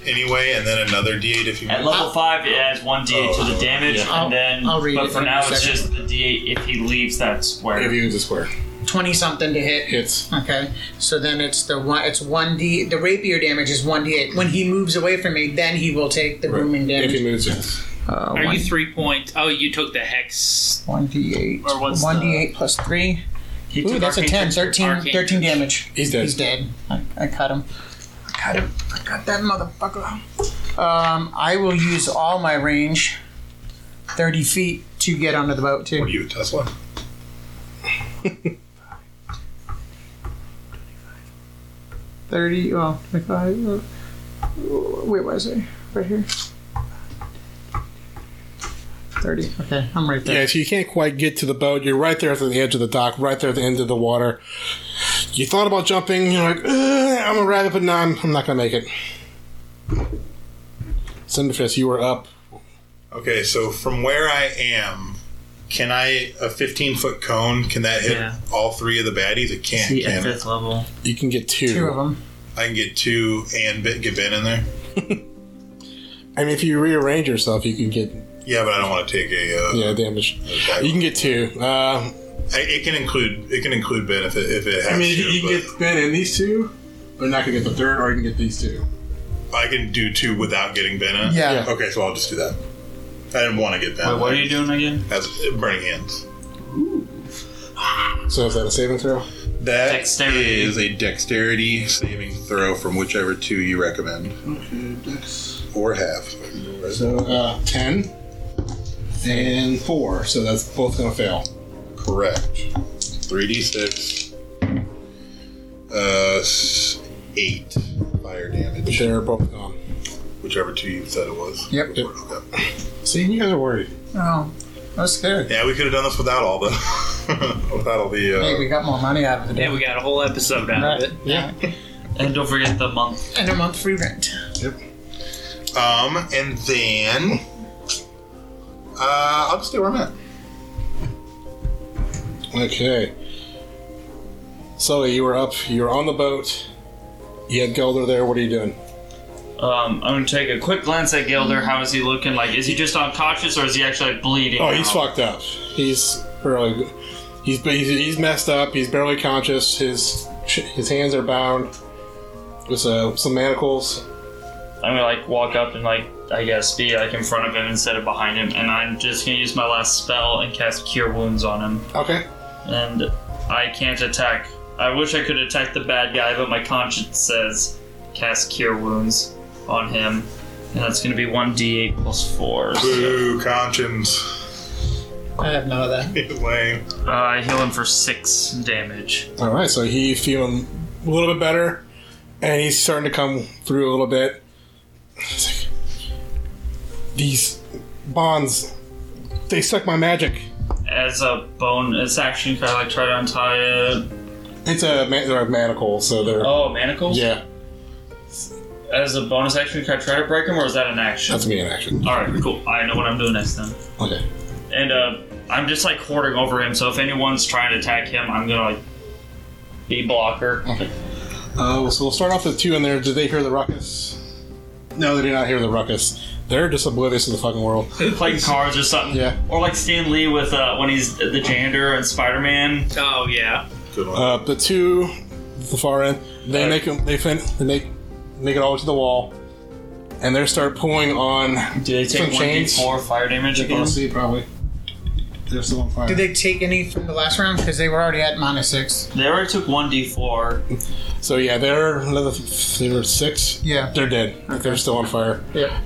anyway, and then another D8 if you
At level five, it adds one d8 to the damage,
I'll-
and then
I'll read
but
it
for
in
now
a
it's
second.
just the d8 if he leaves that square.
If you use a square,
Twenty something to hit.
hits.
Okay, so then it's the one. It's one D. The rapier damage is one D8. When he moves away from me, then he will take the booming
If he
damage.
moves, yes.
Uh,
Are you three points? Oh, you took the hex.
one D8.
Or what's
one
the-
D8 plus three.
He
Ooh,
took
that's a
arcane
10.
tricks-
13,
arcane
13 damage.
He's dead.
He's dead. I, I cut him. I cut him. I cut that motherfucker. Um, I will use all my range, 30 feet, to get onto the boat,
What
too.
are you, a Tesla?
Thirty. Well, if I, uh, wait, what is it? Right here. Thirty. Okay, I'm right there.
Yeah, so you can't quite get to the boat. You're right there at the edge of the dock, right there at the end of the water. You thought about jumping. You're like, "Ugh, I'm a rabbit, but no, I'm, I'm not going to make it. Cinderfist, you were up.
Okay, so from where I am, can I a 15 foot cone? Can that hit
Yeah.
all three of the baddies? It can't.
See, at
Can it?
fifth level.
You can get two.
Two of them.
I can get two and bit, get Ben in there.
I mean, if you rearrange yourself, you can get
Yeah, but I don't want to take a. Uh,
yeah damage.
attack.
You can get two. Uh,
I, it can include it can include Ben if it if it has
I mean,
to.
you, you
but
can get Ben and these two, but you're not going to get the third, or you can get these two.
I can do two without getting Ben in.
Yeah.
Yeah.
Okay, so I'll just do that. I didn't want to get Ben.
Wait, what are you doing again?
That's burning hands.
So is that a saving throw?
That
Dexterity.
is a dexterity saving throw from whichever two you recommend
Okay, dex.
or have.
So uh, ten and four. So that's both going to fail.
Correct. 3d6. Uh, s- 8 fire damage.
They're both gone.
Whichever two you said it was.
Yep.
Okay.
See, you guys are worried.
Oh, that was scary.
Yeah, we could have done this without all the. without all the. Uh,
Hey, we got more money out of it.
Yeah, we got a whole episode out of it.
Yeah.
And don't forget the month.
And a month free rent.
Um, and then. Uh, I'll just stay where I'm at.
Okay. Sully, you were up. You were on the boat. You had Gelder there. What are you doing?
Um, I'm gonna take a quick glance at Gilder. How is he looking? Like, is he just unconscious or is he actually like, bleeding?
Oh, he's
out?
fucked up. He's barely. He's he's, he's messed up. He's barely conscious. His his hands are bound with uh, some manacles.
I'm gonna like walk up and like I guess be like in front of him instead of behind him, and I'm just gonna use my last spell and cast Cure Wounds on him.
Okay.
And I can't attack. I wish I could attack the bad guy, but my conscience says cast Cure Wounds on him, and that's gonna be one d8 plus four.
Boo, conscience.
I have none of that.
Lame.
Uh, I heal him for six damage.
All right. So he feeling a little bit better, and he's starting to come through a little bit. It's like, These bonds, they suck my magic.
As a bonus action, can I like try to untie it?
It's a man- they're a manacle, so they're
Oh, manacles.
yeah.
As a bonus action, can I try to break him, or is that an action?
That's me in action.
All right, cool. I know what I'm doing next then.
Okay.
and uh, I'm just like hoarding over him. So if anyone's trying to attack him, I'm gonna like be blocker.
Okay. Uh, so we'll start off with two in there. Did they hear the ruckus? No, they did not hear the ruckus. They're just oblivious to the fucking world.
Playing cards or something,
Yeah.
Or like Stan Lee with uh, when he's the janitor and Spider Man.
Oh yeah.
Good one.
Uh, the two, the far end, they
Alright.
make them. They fin- they make make it all to the wall, and they start pulling on.
Do they
Some
take one d
chains.
four fire damage again?
see, probably. They're still on fire.
Did they take any from the last round? Because they were already at minus six.
They already took one d4.
so yeah, they're another they were six.
Yeah.
They're dead. They're still on fire.
Yeah.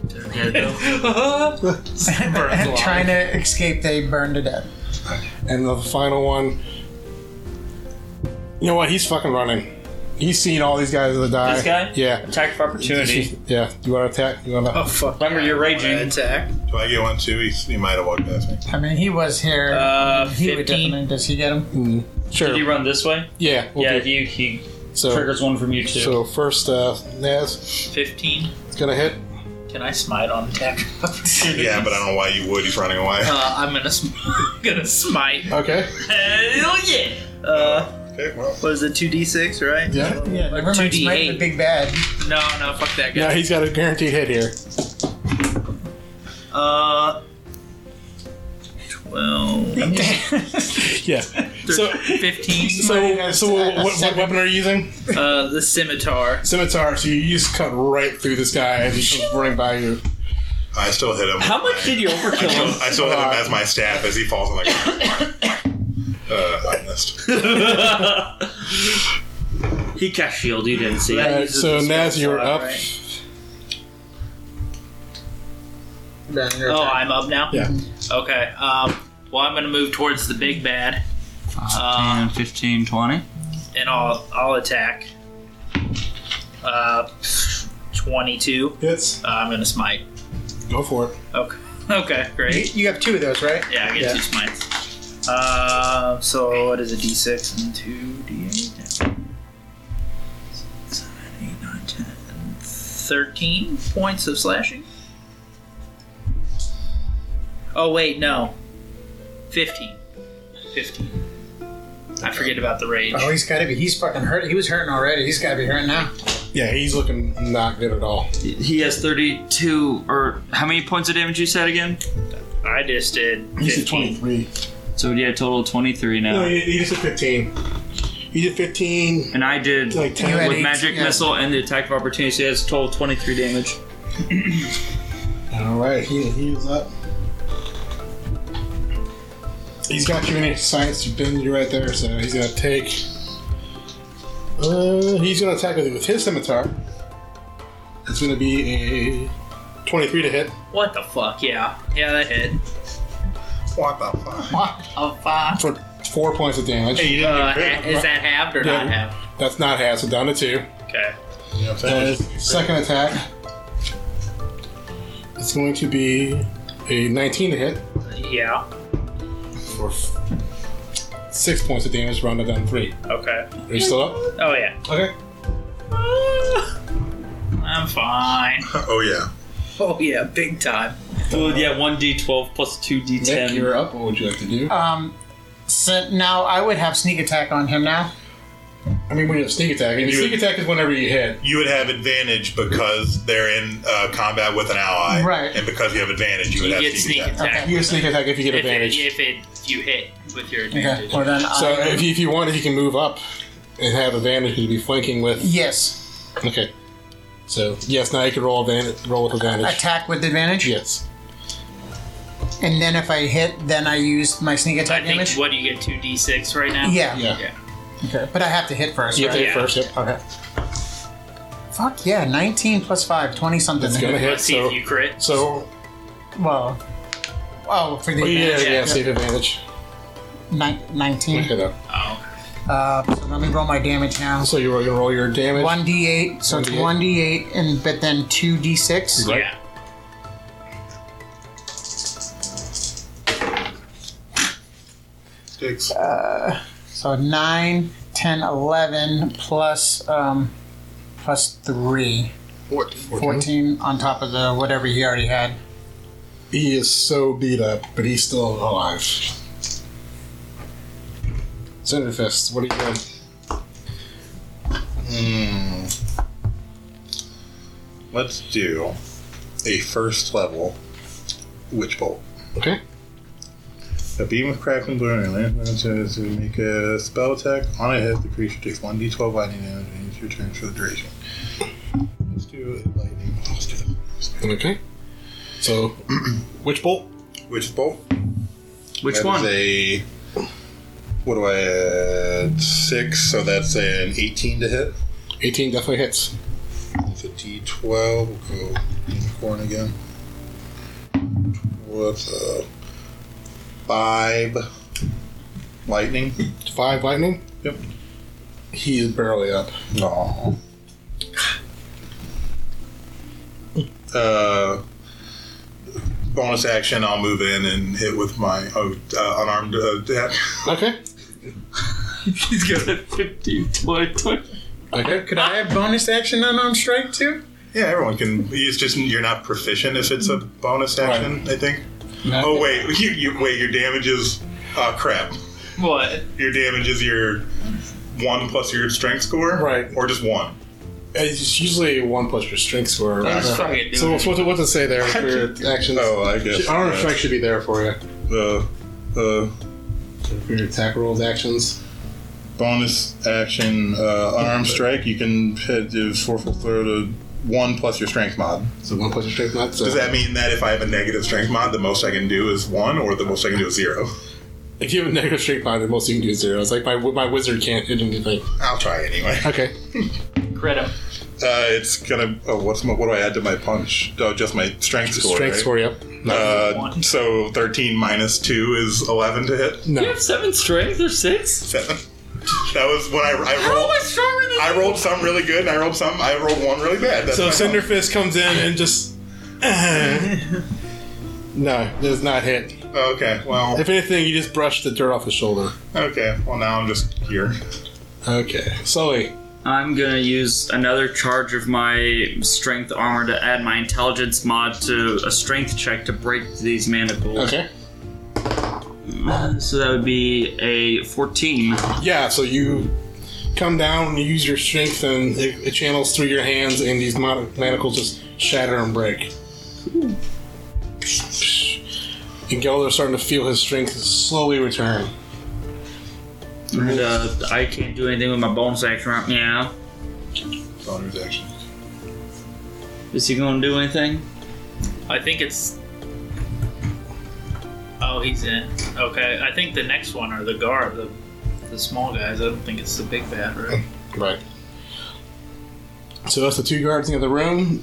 Trying to escape, they burned to death.
And the final one. You know what? He's fucking running. He's seen all these guys that die.
This guy?
Yeah.
Attack of opportunity.
Yeah. Do you want to attack? You want to?
Oh fuck!
Remember, you're
I wanna
raging.
Attack.
Do I get one too? He, he might have walked past me.
I mean, he was here.
Uh,
he would
15.
definitely. Does he get him?
Sure.
Did he run this way?
Yeah. we'll
yeah,
do-
he, he
so
triggers one from you too.
so first, uh, Naz,
Fifteen.
it's gonna hit.
Can I smite on attack? of opportunity?
Yeah, but I don't know why you would. He's running away.
Uh, I'm gonna sm- gonna smite.
Okay.
Hell yeah! Uh,
Okay, well,
what is it? Two d six, right?
Yeah.
Yeah. Never mind. Smite the
2d8.
big bad.
No, no, fuck that
Yeah,
guy.
he's got a guaranteed hit here.
Uh, twelve.
Yeah. So,
Fifteen.
so, so what, what, what weapon are you using?
Uh, the scimitar.
Scimitar. So you, you just cut right through this guy as he comes running by you.
I still hit him.
How much did you overkill him?
I still hit him as my staff as he falls on the ground. uh, I missed.
he cast shield. You didn't see
That
Alright,
it.
uses
so
the
Naz,
skill
you're
slot,
up.
right?
Oh,
Oh, I'm up now.
Yeah.
Okay. Um, well, I'm gonna move towards the big bad, Um,
15, 20.
and I'll I'll attack. Uh, twenty-two.
Hits.
Uh, I'm gonna smite.
Go for it.
Okay. Okay.
You,
Great.
you have two of those, right?
Yeah, I get
Yeah.
two smites. Uh, so what is a d6 and two d8? Six, seven, eight, nine, 10, 13 points of slashing. Oh wait, no. 15. 15. I forget about the rage.
Oh, he's got to be. He's fucking hurt. He was hurting already. He's got to be hurting now.
Yeah, he's looking not good at all.
He has 32, or how many points of damage you said again?
I just did
He said
15.
23.
So yeah, total of 23 now.
No, he, he just did 15. He did 15.
And I did
Like
You
10.
had
with
eight,
magic
yeah.
missile and the attack of opportunity. So he has total of 23 damage.
All right, he, he's up. He's got you in his sights. You've been you right there, so he's gonna take. Uh, he's gonna attack with, with his scimitar. It's gonna be a twenty-three to hit.
What the fuck? Yeah. Yeah, that hit.
What the fuck?
Oh fuck.
for four points of damage.
Hey, you didn't
Uh,
get crit.
ha- is that halved or not
Yeah.
halved?
That's not half, so down to two.
Okay.
You know what I'm saying?
Uh,
You didn't get
second attack. It's going to be a 19 to hit
Yeah.
for f- six points of damage, rounded down to three.
Okay.
Are you still up?
Oh yeah. Ah,
Okay.
I'm fine.
crit. Oh, yeah.
Oh yeah, big time.
Well, yeah, 1d12 plus 2d10.
Nick, you're up. What would you like to do?
Um, so now I would have sneak attack on him now.
I mean, when you have sneak attack, and
you-
sneak attack is whenever you hit.
You would have advantage because they're in uh, combat with an ally.
Right.
And because you have advantage, you would
You
have
get sneak
attack.
attack
You have sneak attack if you get
if, it,
advantage.
if it you hit with your
Okay.
advantage.
Or then
So
I,
if you, if you wanted, you can move up and have advantage because you'd be flanking with.
yes,
Okay. So yes, now you can roll advantage. Roll with advantage.
attack with advantage.
Yes.
And then if I hit, then I use my sneak
I
attack
think
damage.
what do you get two d six right now?
Yeah.
Yeah.
Yeah.
Okay. But I have to hit first.
You have to
right?
hit
Yeah.
first. Yep.
Okay. Fuck yeah, 19 plus 5, 20 something.
It's gonna hit.
Let's see
So,
if you crit.
so
Well, oh, for the
yeah, yeah,
advantage.
yeah, save advantage.
Nine- 19.
Look it up.
Oh,
Uh, so let me roll my damage now.
So you're gonna roll your damage.
1d8, so it's
1d8.
1d8, and but then 2d6.
Right.
yeah.
Sticks.
Uh,
So 9, 10, 11, plus, um, plus 3.
What?
14 on top of the whatever he already had.
He is so beat up, but he's still alive. Senator Fist, what are you doing?
Hmm. Let's do a first level witch bolt.
Okay.
A beam of crackling blue and lands to make a spell attack on a hit. The creature takes 1d12 lightning damage and it's your turn for the duration. Let's do a lightning. Let's do the
Okay. So, Witch Bolt.
witch bolt.
Which
That
one?
is a what do I add? Six, so that's an eighteen to hit.
18 definitely hits.
It's a D twelve. We'll go unicorn again. What's a five lightning?
5 lightning.
Yep.
He is barely up.
No. Uh, bonus action. I'll move in and hit with my uh, unarmed uh, attack.
Okay.
He's got a 15 20, 20.
Okay.
Could I have bonus action on on strike too?
Yeah, everyone can. It's just you're not proficient if it's a bonus action. I think. Oh wait, you, you wait. Your damage is uh, crap.
What?
Your damage is your one plus your strength score,
Right.
Or just one.
Uh, It's usually 1 plus your strength score.
That's
Uh,
fucking
so
doing
what's what, what to say there for your actions?
Oh, I guess.
Armor strike should be there for you.
Uh, uh,
For your attack rolls, actions.
bonus action uh, unarmed strike. You can hit uh, forceful throw to one plus your strength mod.
So 1 plus your strength mod. So
Does that mean that if I have a negative strength mod, the most I can do is one, or the most I can do is zero?
if you have a negative strength mod, then most you can do is 0. It's like my, my wizard can't hit anything.
I'll try anyway.
Okay.
Crit him.
Uh, it's gonna. Oh, what's my, what do I add to my punch? Oh, just my strength score.
strength
right?
score, yep. No.
Uh,
One.
so 13 minus 2 is 11 to hit.
no.
You have 7 strength or 6?
Seven. That was when I, I rolled.
stronger than
I rolled some really good, and I rolled some. I rolled one really bad. That's
So
my problem.
Cinderfist comes in and just. no, does not hit.
Okay. Well.
If anything, you just brush the dirt off his shoulder.
Okay. Well, now I'm just here.
Okay. Sully.
I'm gonna use another charge of my strength armor to add my intelligence mod to a strength check to break these manacles.
Okay.
So that would be a 14.
Yeah, so you come down and you use your strength, and it, it channels through your hands, and these mon- manacles just shatter and break. And Gelder's starting to feel his strength slowly return.
And, uh, I can't do anything with my bonus action right now.
Bonus action.
Is he gonna do anything?
I think it's. Oh, he's in. Okay, I think the next one are the guard, the, the small guys. I don't think it's the big bad, right?
Right. So that's the two guards in the other room.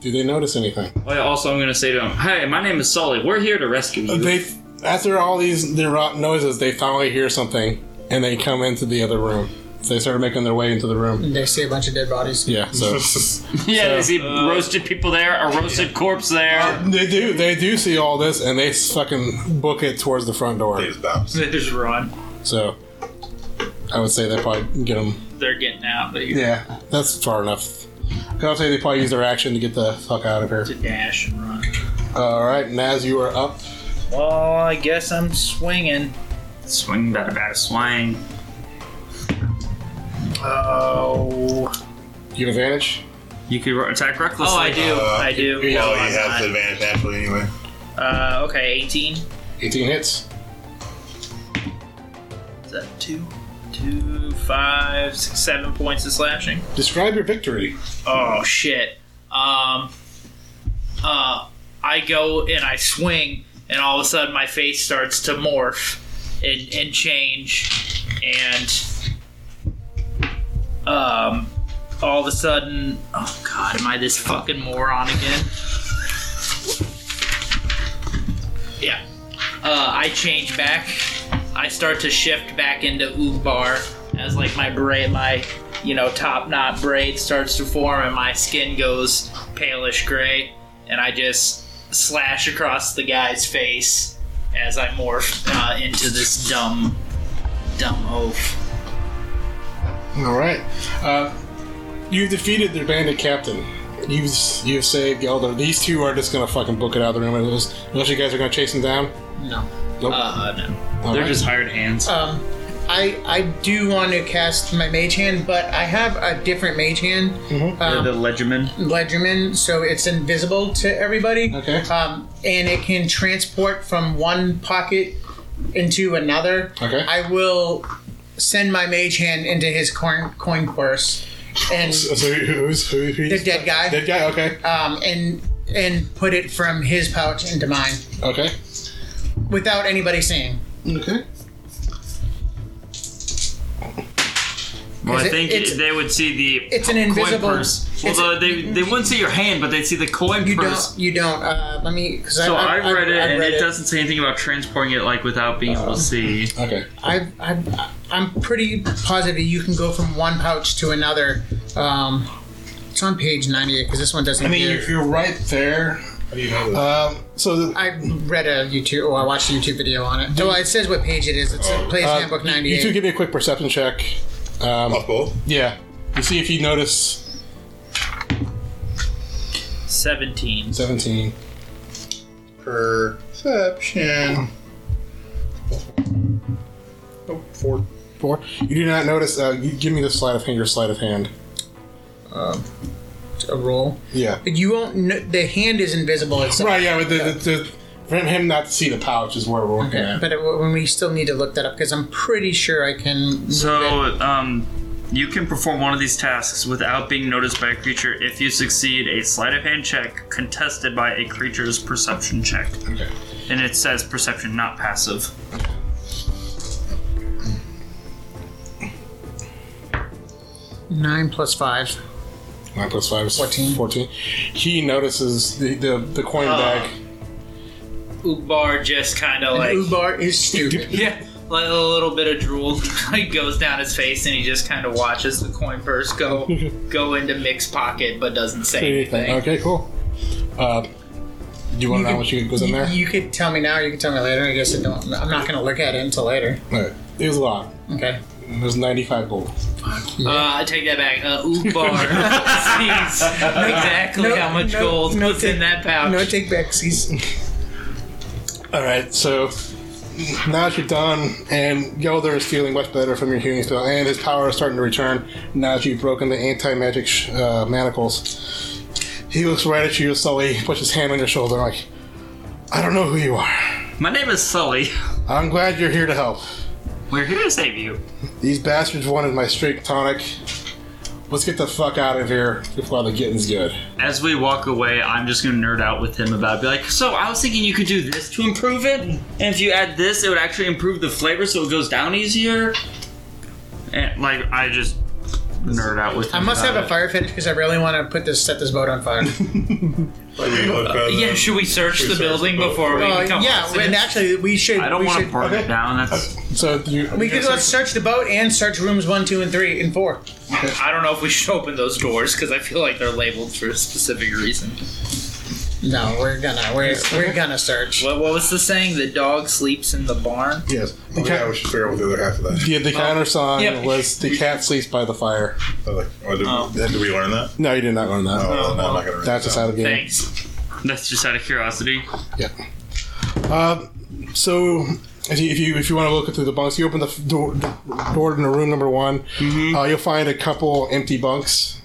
Do they notice anything?
Oh, yeah, also, I'm gonna say to him, Hey, my name is Sully. We're here to rescue you.
They, after all these their rot- noises, they finally hear something, and they come into the other room. So they start making their way into the room.
They see a bunch of dead bodies.
Yeah. So
yeah,
so-
they see roasted people there, a roasted corpse there.
they do. They do see all this, and they fucking book it towards the front door.
They just bounce.
They just run.
So I would say they probably get them.
They're getting out. They
Yeah, that's far enough. I would say they probably use their action to get the fuck out of here.
to dash and run.
All right, Naz, you are up.
Well, I guess I'm swinging.
Swing, bada, bada, swing.
Oh.
You have advantage.
You could ro- attack recklessly.
Oh, I do.
Uh,
I do.
yeah,
Well,
No,
you
I'm
have
not.
the advantage naturally anyway.
Uh, okay, 18.
Eighteen hits.
Is that two? Two, five, six, seven points of slashing.
Describe your victory.
Oh shit. Um uh I go and I swing and all of a sudden my face starts to morph and, and change and um all of a sudden oh god am I this fucking moron again? Yeah. Uh, I change back. I start to shift back into Ubar as like my braid, my you know top knot braid starts to form, and my skin goes palish gray, and I just slash across the guy's face as I morph uh, into this dumb, dumb oaf.
All right. Uh, you've defeated their bandit captain. You've you've saved Gelder. These two are just gonna fucking book it out of the room unless, unless you guys are gonna chase them down.
No.
Nope.
Uh, no.
All
They're
right.
just hired hands.
Um, I I do want to cast my mage hand, but I have a different mage hand.
They're
Um,
the legerdman.
Ledgerman, so it's invisible to everybody.
Okay.
Um, and it can transport from one pocket into another.
Okay.
I will send my mage hand into his coin, coin purse, and
So, so who's who's who's-
the dead Uh. guy,
Dead guy. Okay.
um, and and put it from his pouch into mine.
Okay.
without anybody seeing.
Okay.
Well,
Is
I
it-
think
it's-
they would see the
it's an
coin
invisible-
purse.
it's-
Well, they, they wouldn't see your hand, but they'd see the coin
You
purse.
don't. You don't. Uh, let me. Cause
So I,
I, I,
read it,
I,
and
read
it, doesn't say anything about transporting it like without being able to see.
Okay.
I, I, I'm pretty positive you can go from one pouch to another. Um, it's on page 98 because this one doesn't.
I mean,
give-
if you're right there. Um, so the,
I read a YouTube, or I watched a YouTube video on it. Well, it says what page it is. It's uh, Players
uh,
Handbook
you two
98.
give me a quick perception check. Um,
Off both.
Yeah. You see if you notice
17.
17.
Perception. Oh, four.
Four. You do not notice. Uh, you give me the sleight of hand. Your sleight of hand.
a roll.
Yeah.
But you won't. Kn- the hand is invisible. It's
Right. Yeah. But the, the, the, for him not to see the pouch is where we're looking
Okay,
at.
but it, when we still need to look that up because I'm pretty sure I can.
So, um, you can perform one of these tasks without being noticed by a creature if you succeed a sleight of hand check contested by a creature's perception check.
Okay.
And it says perception, not passive.
nine plus five.
Nine plus five is
14.
Fourteen. He notices the the, the coin
Oh.
bag.
Ubar just kind of like.
Ubar is stupid.
Yeah, like a little bit of drool like goes down his face, and he just kind of watches the coin purse go go into Mick's pocket, but doesn't say anything.
Okay. Cool. Uh, you want to know what you goes in
You,
there?
you could tell me now. You could tell me later. I guess I don't. I'm not going to look at it until later.
Alright. It was a lot.
Okay.
There's 95 gold.
Uh, I take that back. Uh, Ubar sees exactly
No,
how much
no,
gold
no
was in
take-
that pouch.
No take backs. He's
All right, so now that you're done, and Yelder is feeling much better from your healing spell, and his power is starting to return now that you've broken the anti-magic sh- uh, manacles. He looks right at you, Sully, puts his hand on your shoulder, like, I don't know who you are.
My name is Sully.
I'm glad you're here to help.
We're here to save you.
These bastards wanted my streak tonic. Let's get the fuck out of here before the getting's good.
As we walk away, I'm just gonna nerd out with him about it. Be like, so I was thinking you could do this to improve it, and if you add this, it would actually improve the flavor so it goes down easier. And like, I just nerd out with him.
I must have
about
a
it.
fire finish because I really want to put this set this boat on fire.
Okay, look, uh,
Yeah, should we search the
Research
building
both.
before we
Well,
come?
Oh, yeah, and actually we should.
I don't
we
want to
should-
burn
okay.
it down. That's
So you,
We could let's search the boat and search rooms one, two, and three, and four.
I don't know if we should open those doors because I feel like they're labeled for a specific reason.
No, we're gonna we're, we're gonna search.
What, what was the saying? The dog sleeps in the barn.
Yes. The,
oh, yeah,
cat,
we should figure out what the other half of that.
yeah, the countersign
yeah.
was the cat sleeps by the fire.
Oh, like, oh, did,
Oh.
did we learn that?
No, you did not learn that.
Oh, no, I'm not gonna read
That's
that.
just out of the game.
Thanks.
that's just out of curiosity.
Um, so, if you, if you if you want to look through the bunks, you open the f- door, door to room number one. Uh, you'll find a couple empty bunks.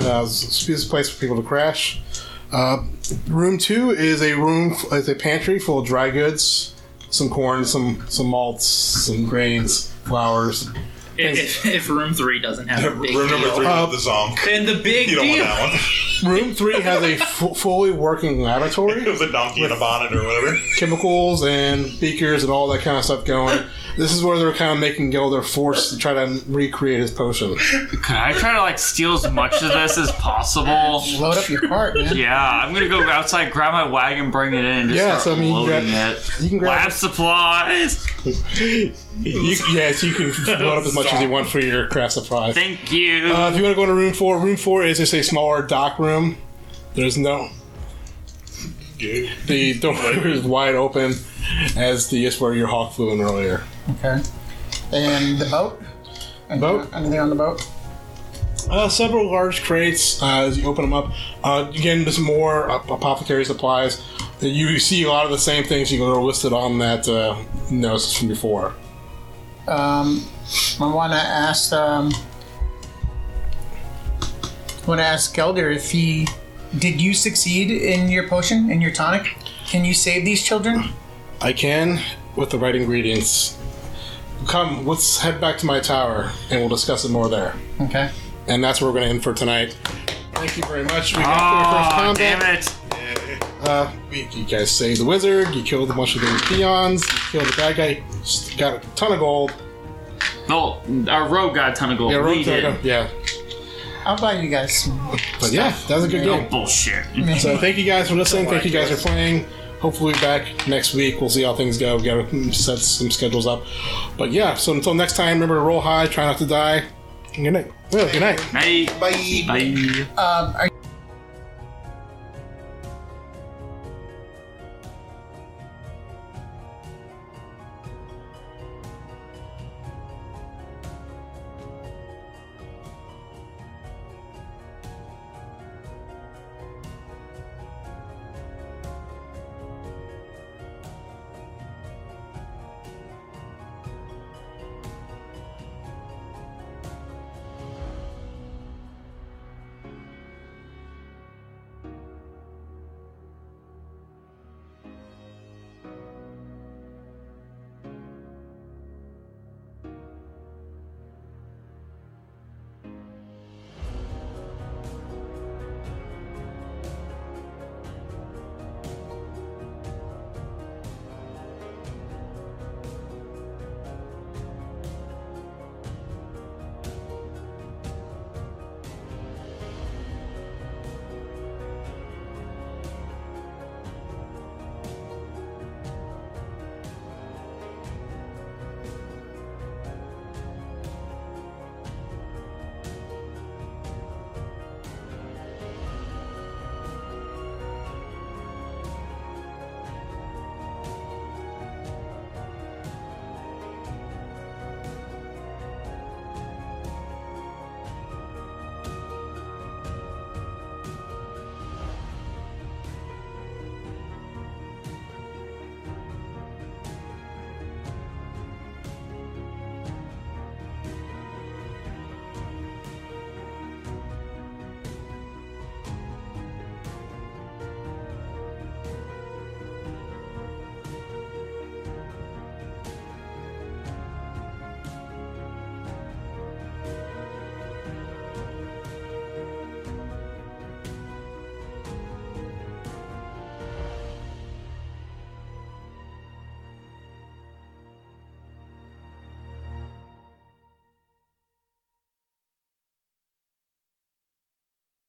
Uh, it's it's a place for people to crash. Uh, room two is a room f- is a pantry full of dry goods, some corn, some some malts, some grains, flours.
If, if, if room three doesn't have a big
Room number
deal.
three,
Uh,
the zonk.
Then the big
You don't want
deal.
that one.
Room three has a fu- fully working laboratory.
It was a donkey in a bonnet or whatever.
chemicals and beakers and all that kind of stuff going. This is where they're kind of making Gilder forced to try to recreate his potion.
Can I try to like steal as much of this as possible?
Load up your heart, man.
Yeah, I'm gonna go outside, grab my wagon, bring it in, and just
Yeah,
start
so, I mean, you
loading
grab-
it.
You can
Lab
grab.
supplies.
You, yes, you can load up as much as you want for your craft surprise.
Thank you.
Uh, if you want to go into room four, room four is just a smaller dock room. There's no. The door is wide open, as the is where your hawk flew in earlier.
Okay. And the boat. Anything-
Boat?
Anything on the boat?
Uh, several large crates uh, as you open them up. Uh, again, there's more uh, apothecary supplies. You see a lot of the same things you are listed on that uh, notice from before.
Um, I want to ask. Um, want to ask Gelder if he did you succeed in your potion in your tonic? Can you save these children?
I can with the right ingredients. Come, let's head back to my tower and we'll discuss it more there.
Okay.
Ah,
And that's where we're going to end for tonight. Thank you very much. We got through our first combat.
oh, damn it.
Yeah.
Uh, you you guys saved the wizard. You killed a bunch of the peons. You killed the bad guy. s- Got a ton of gold.
Oh, our rogue got a ton of gold.
Yeah,
we
rogue
did.
Dragon. Yeah.
I'll buy you guys some more.
But yeah, that was a good
Oh,
game.
bullshit.
So thank you guys for listening. Thank you guys for playing. Hopefully we'll be back next week. We'll see how things go. We gotta set some schedules up. But yeah, so until next time, remember to roll high, try not to die. Good night. Well, good night.
Night.
Bye.
Bye.
Um, are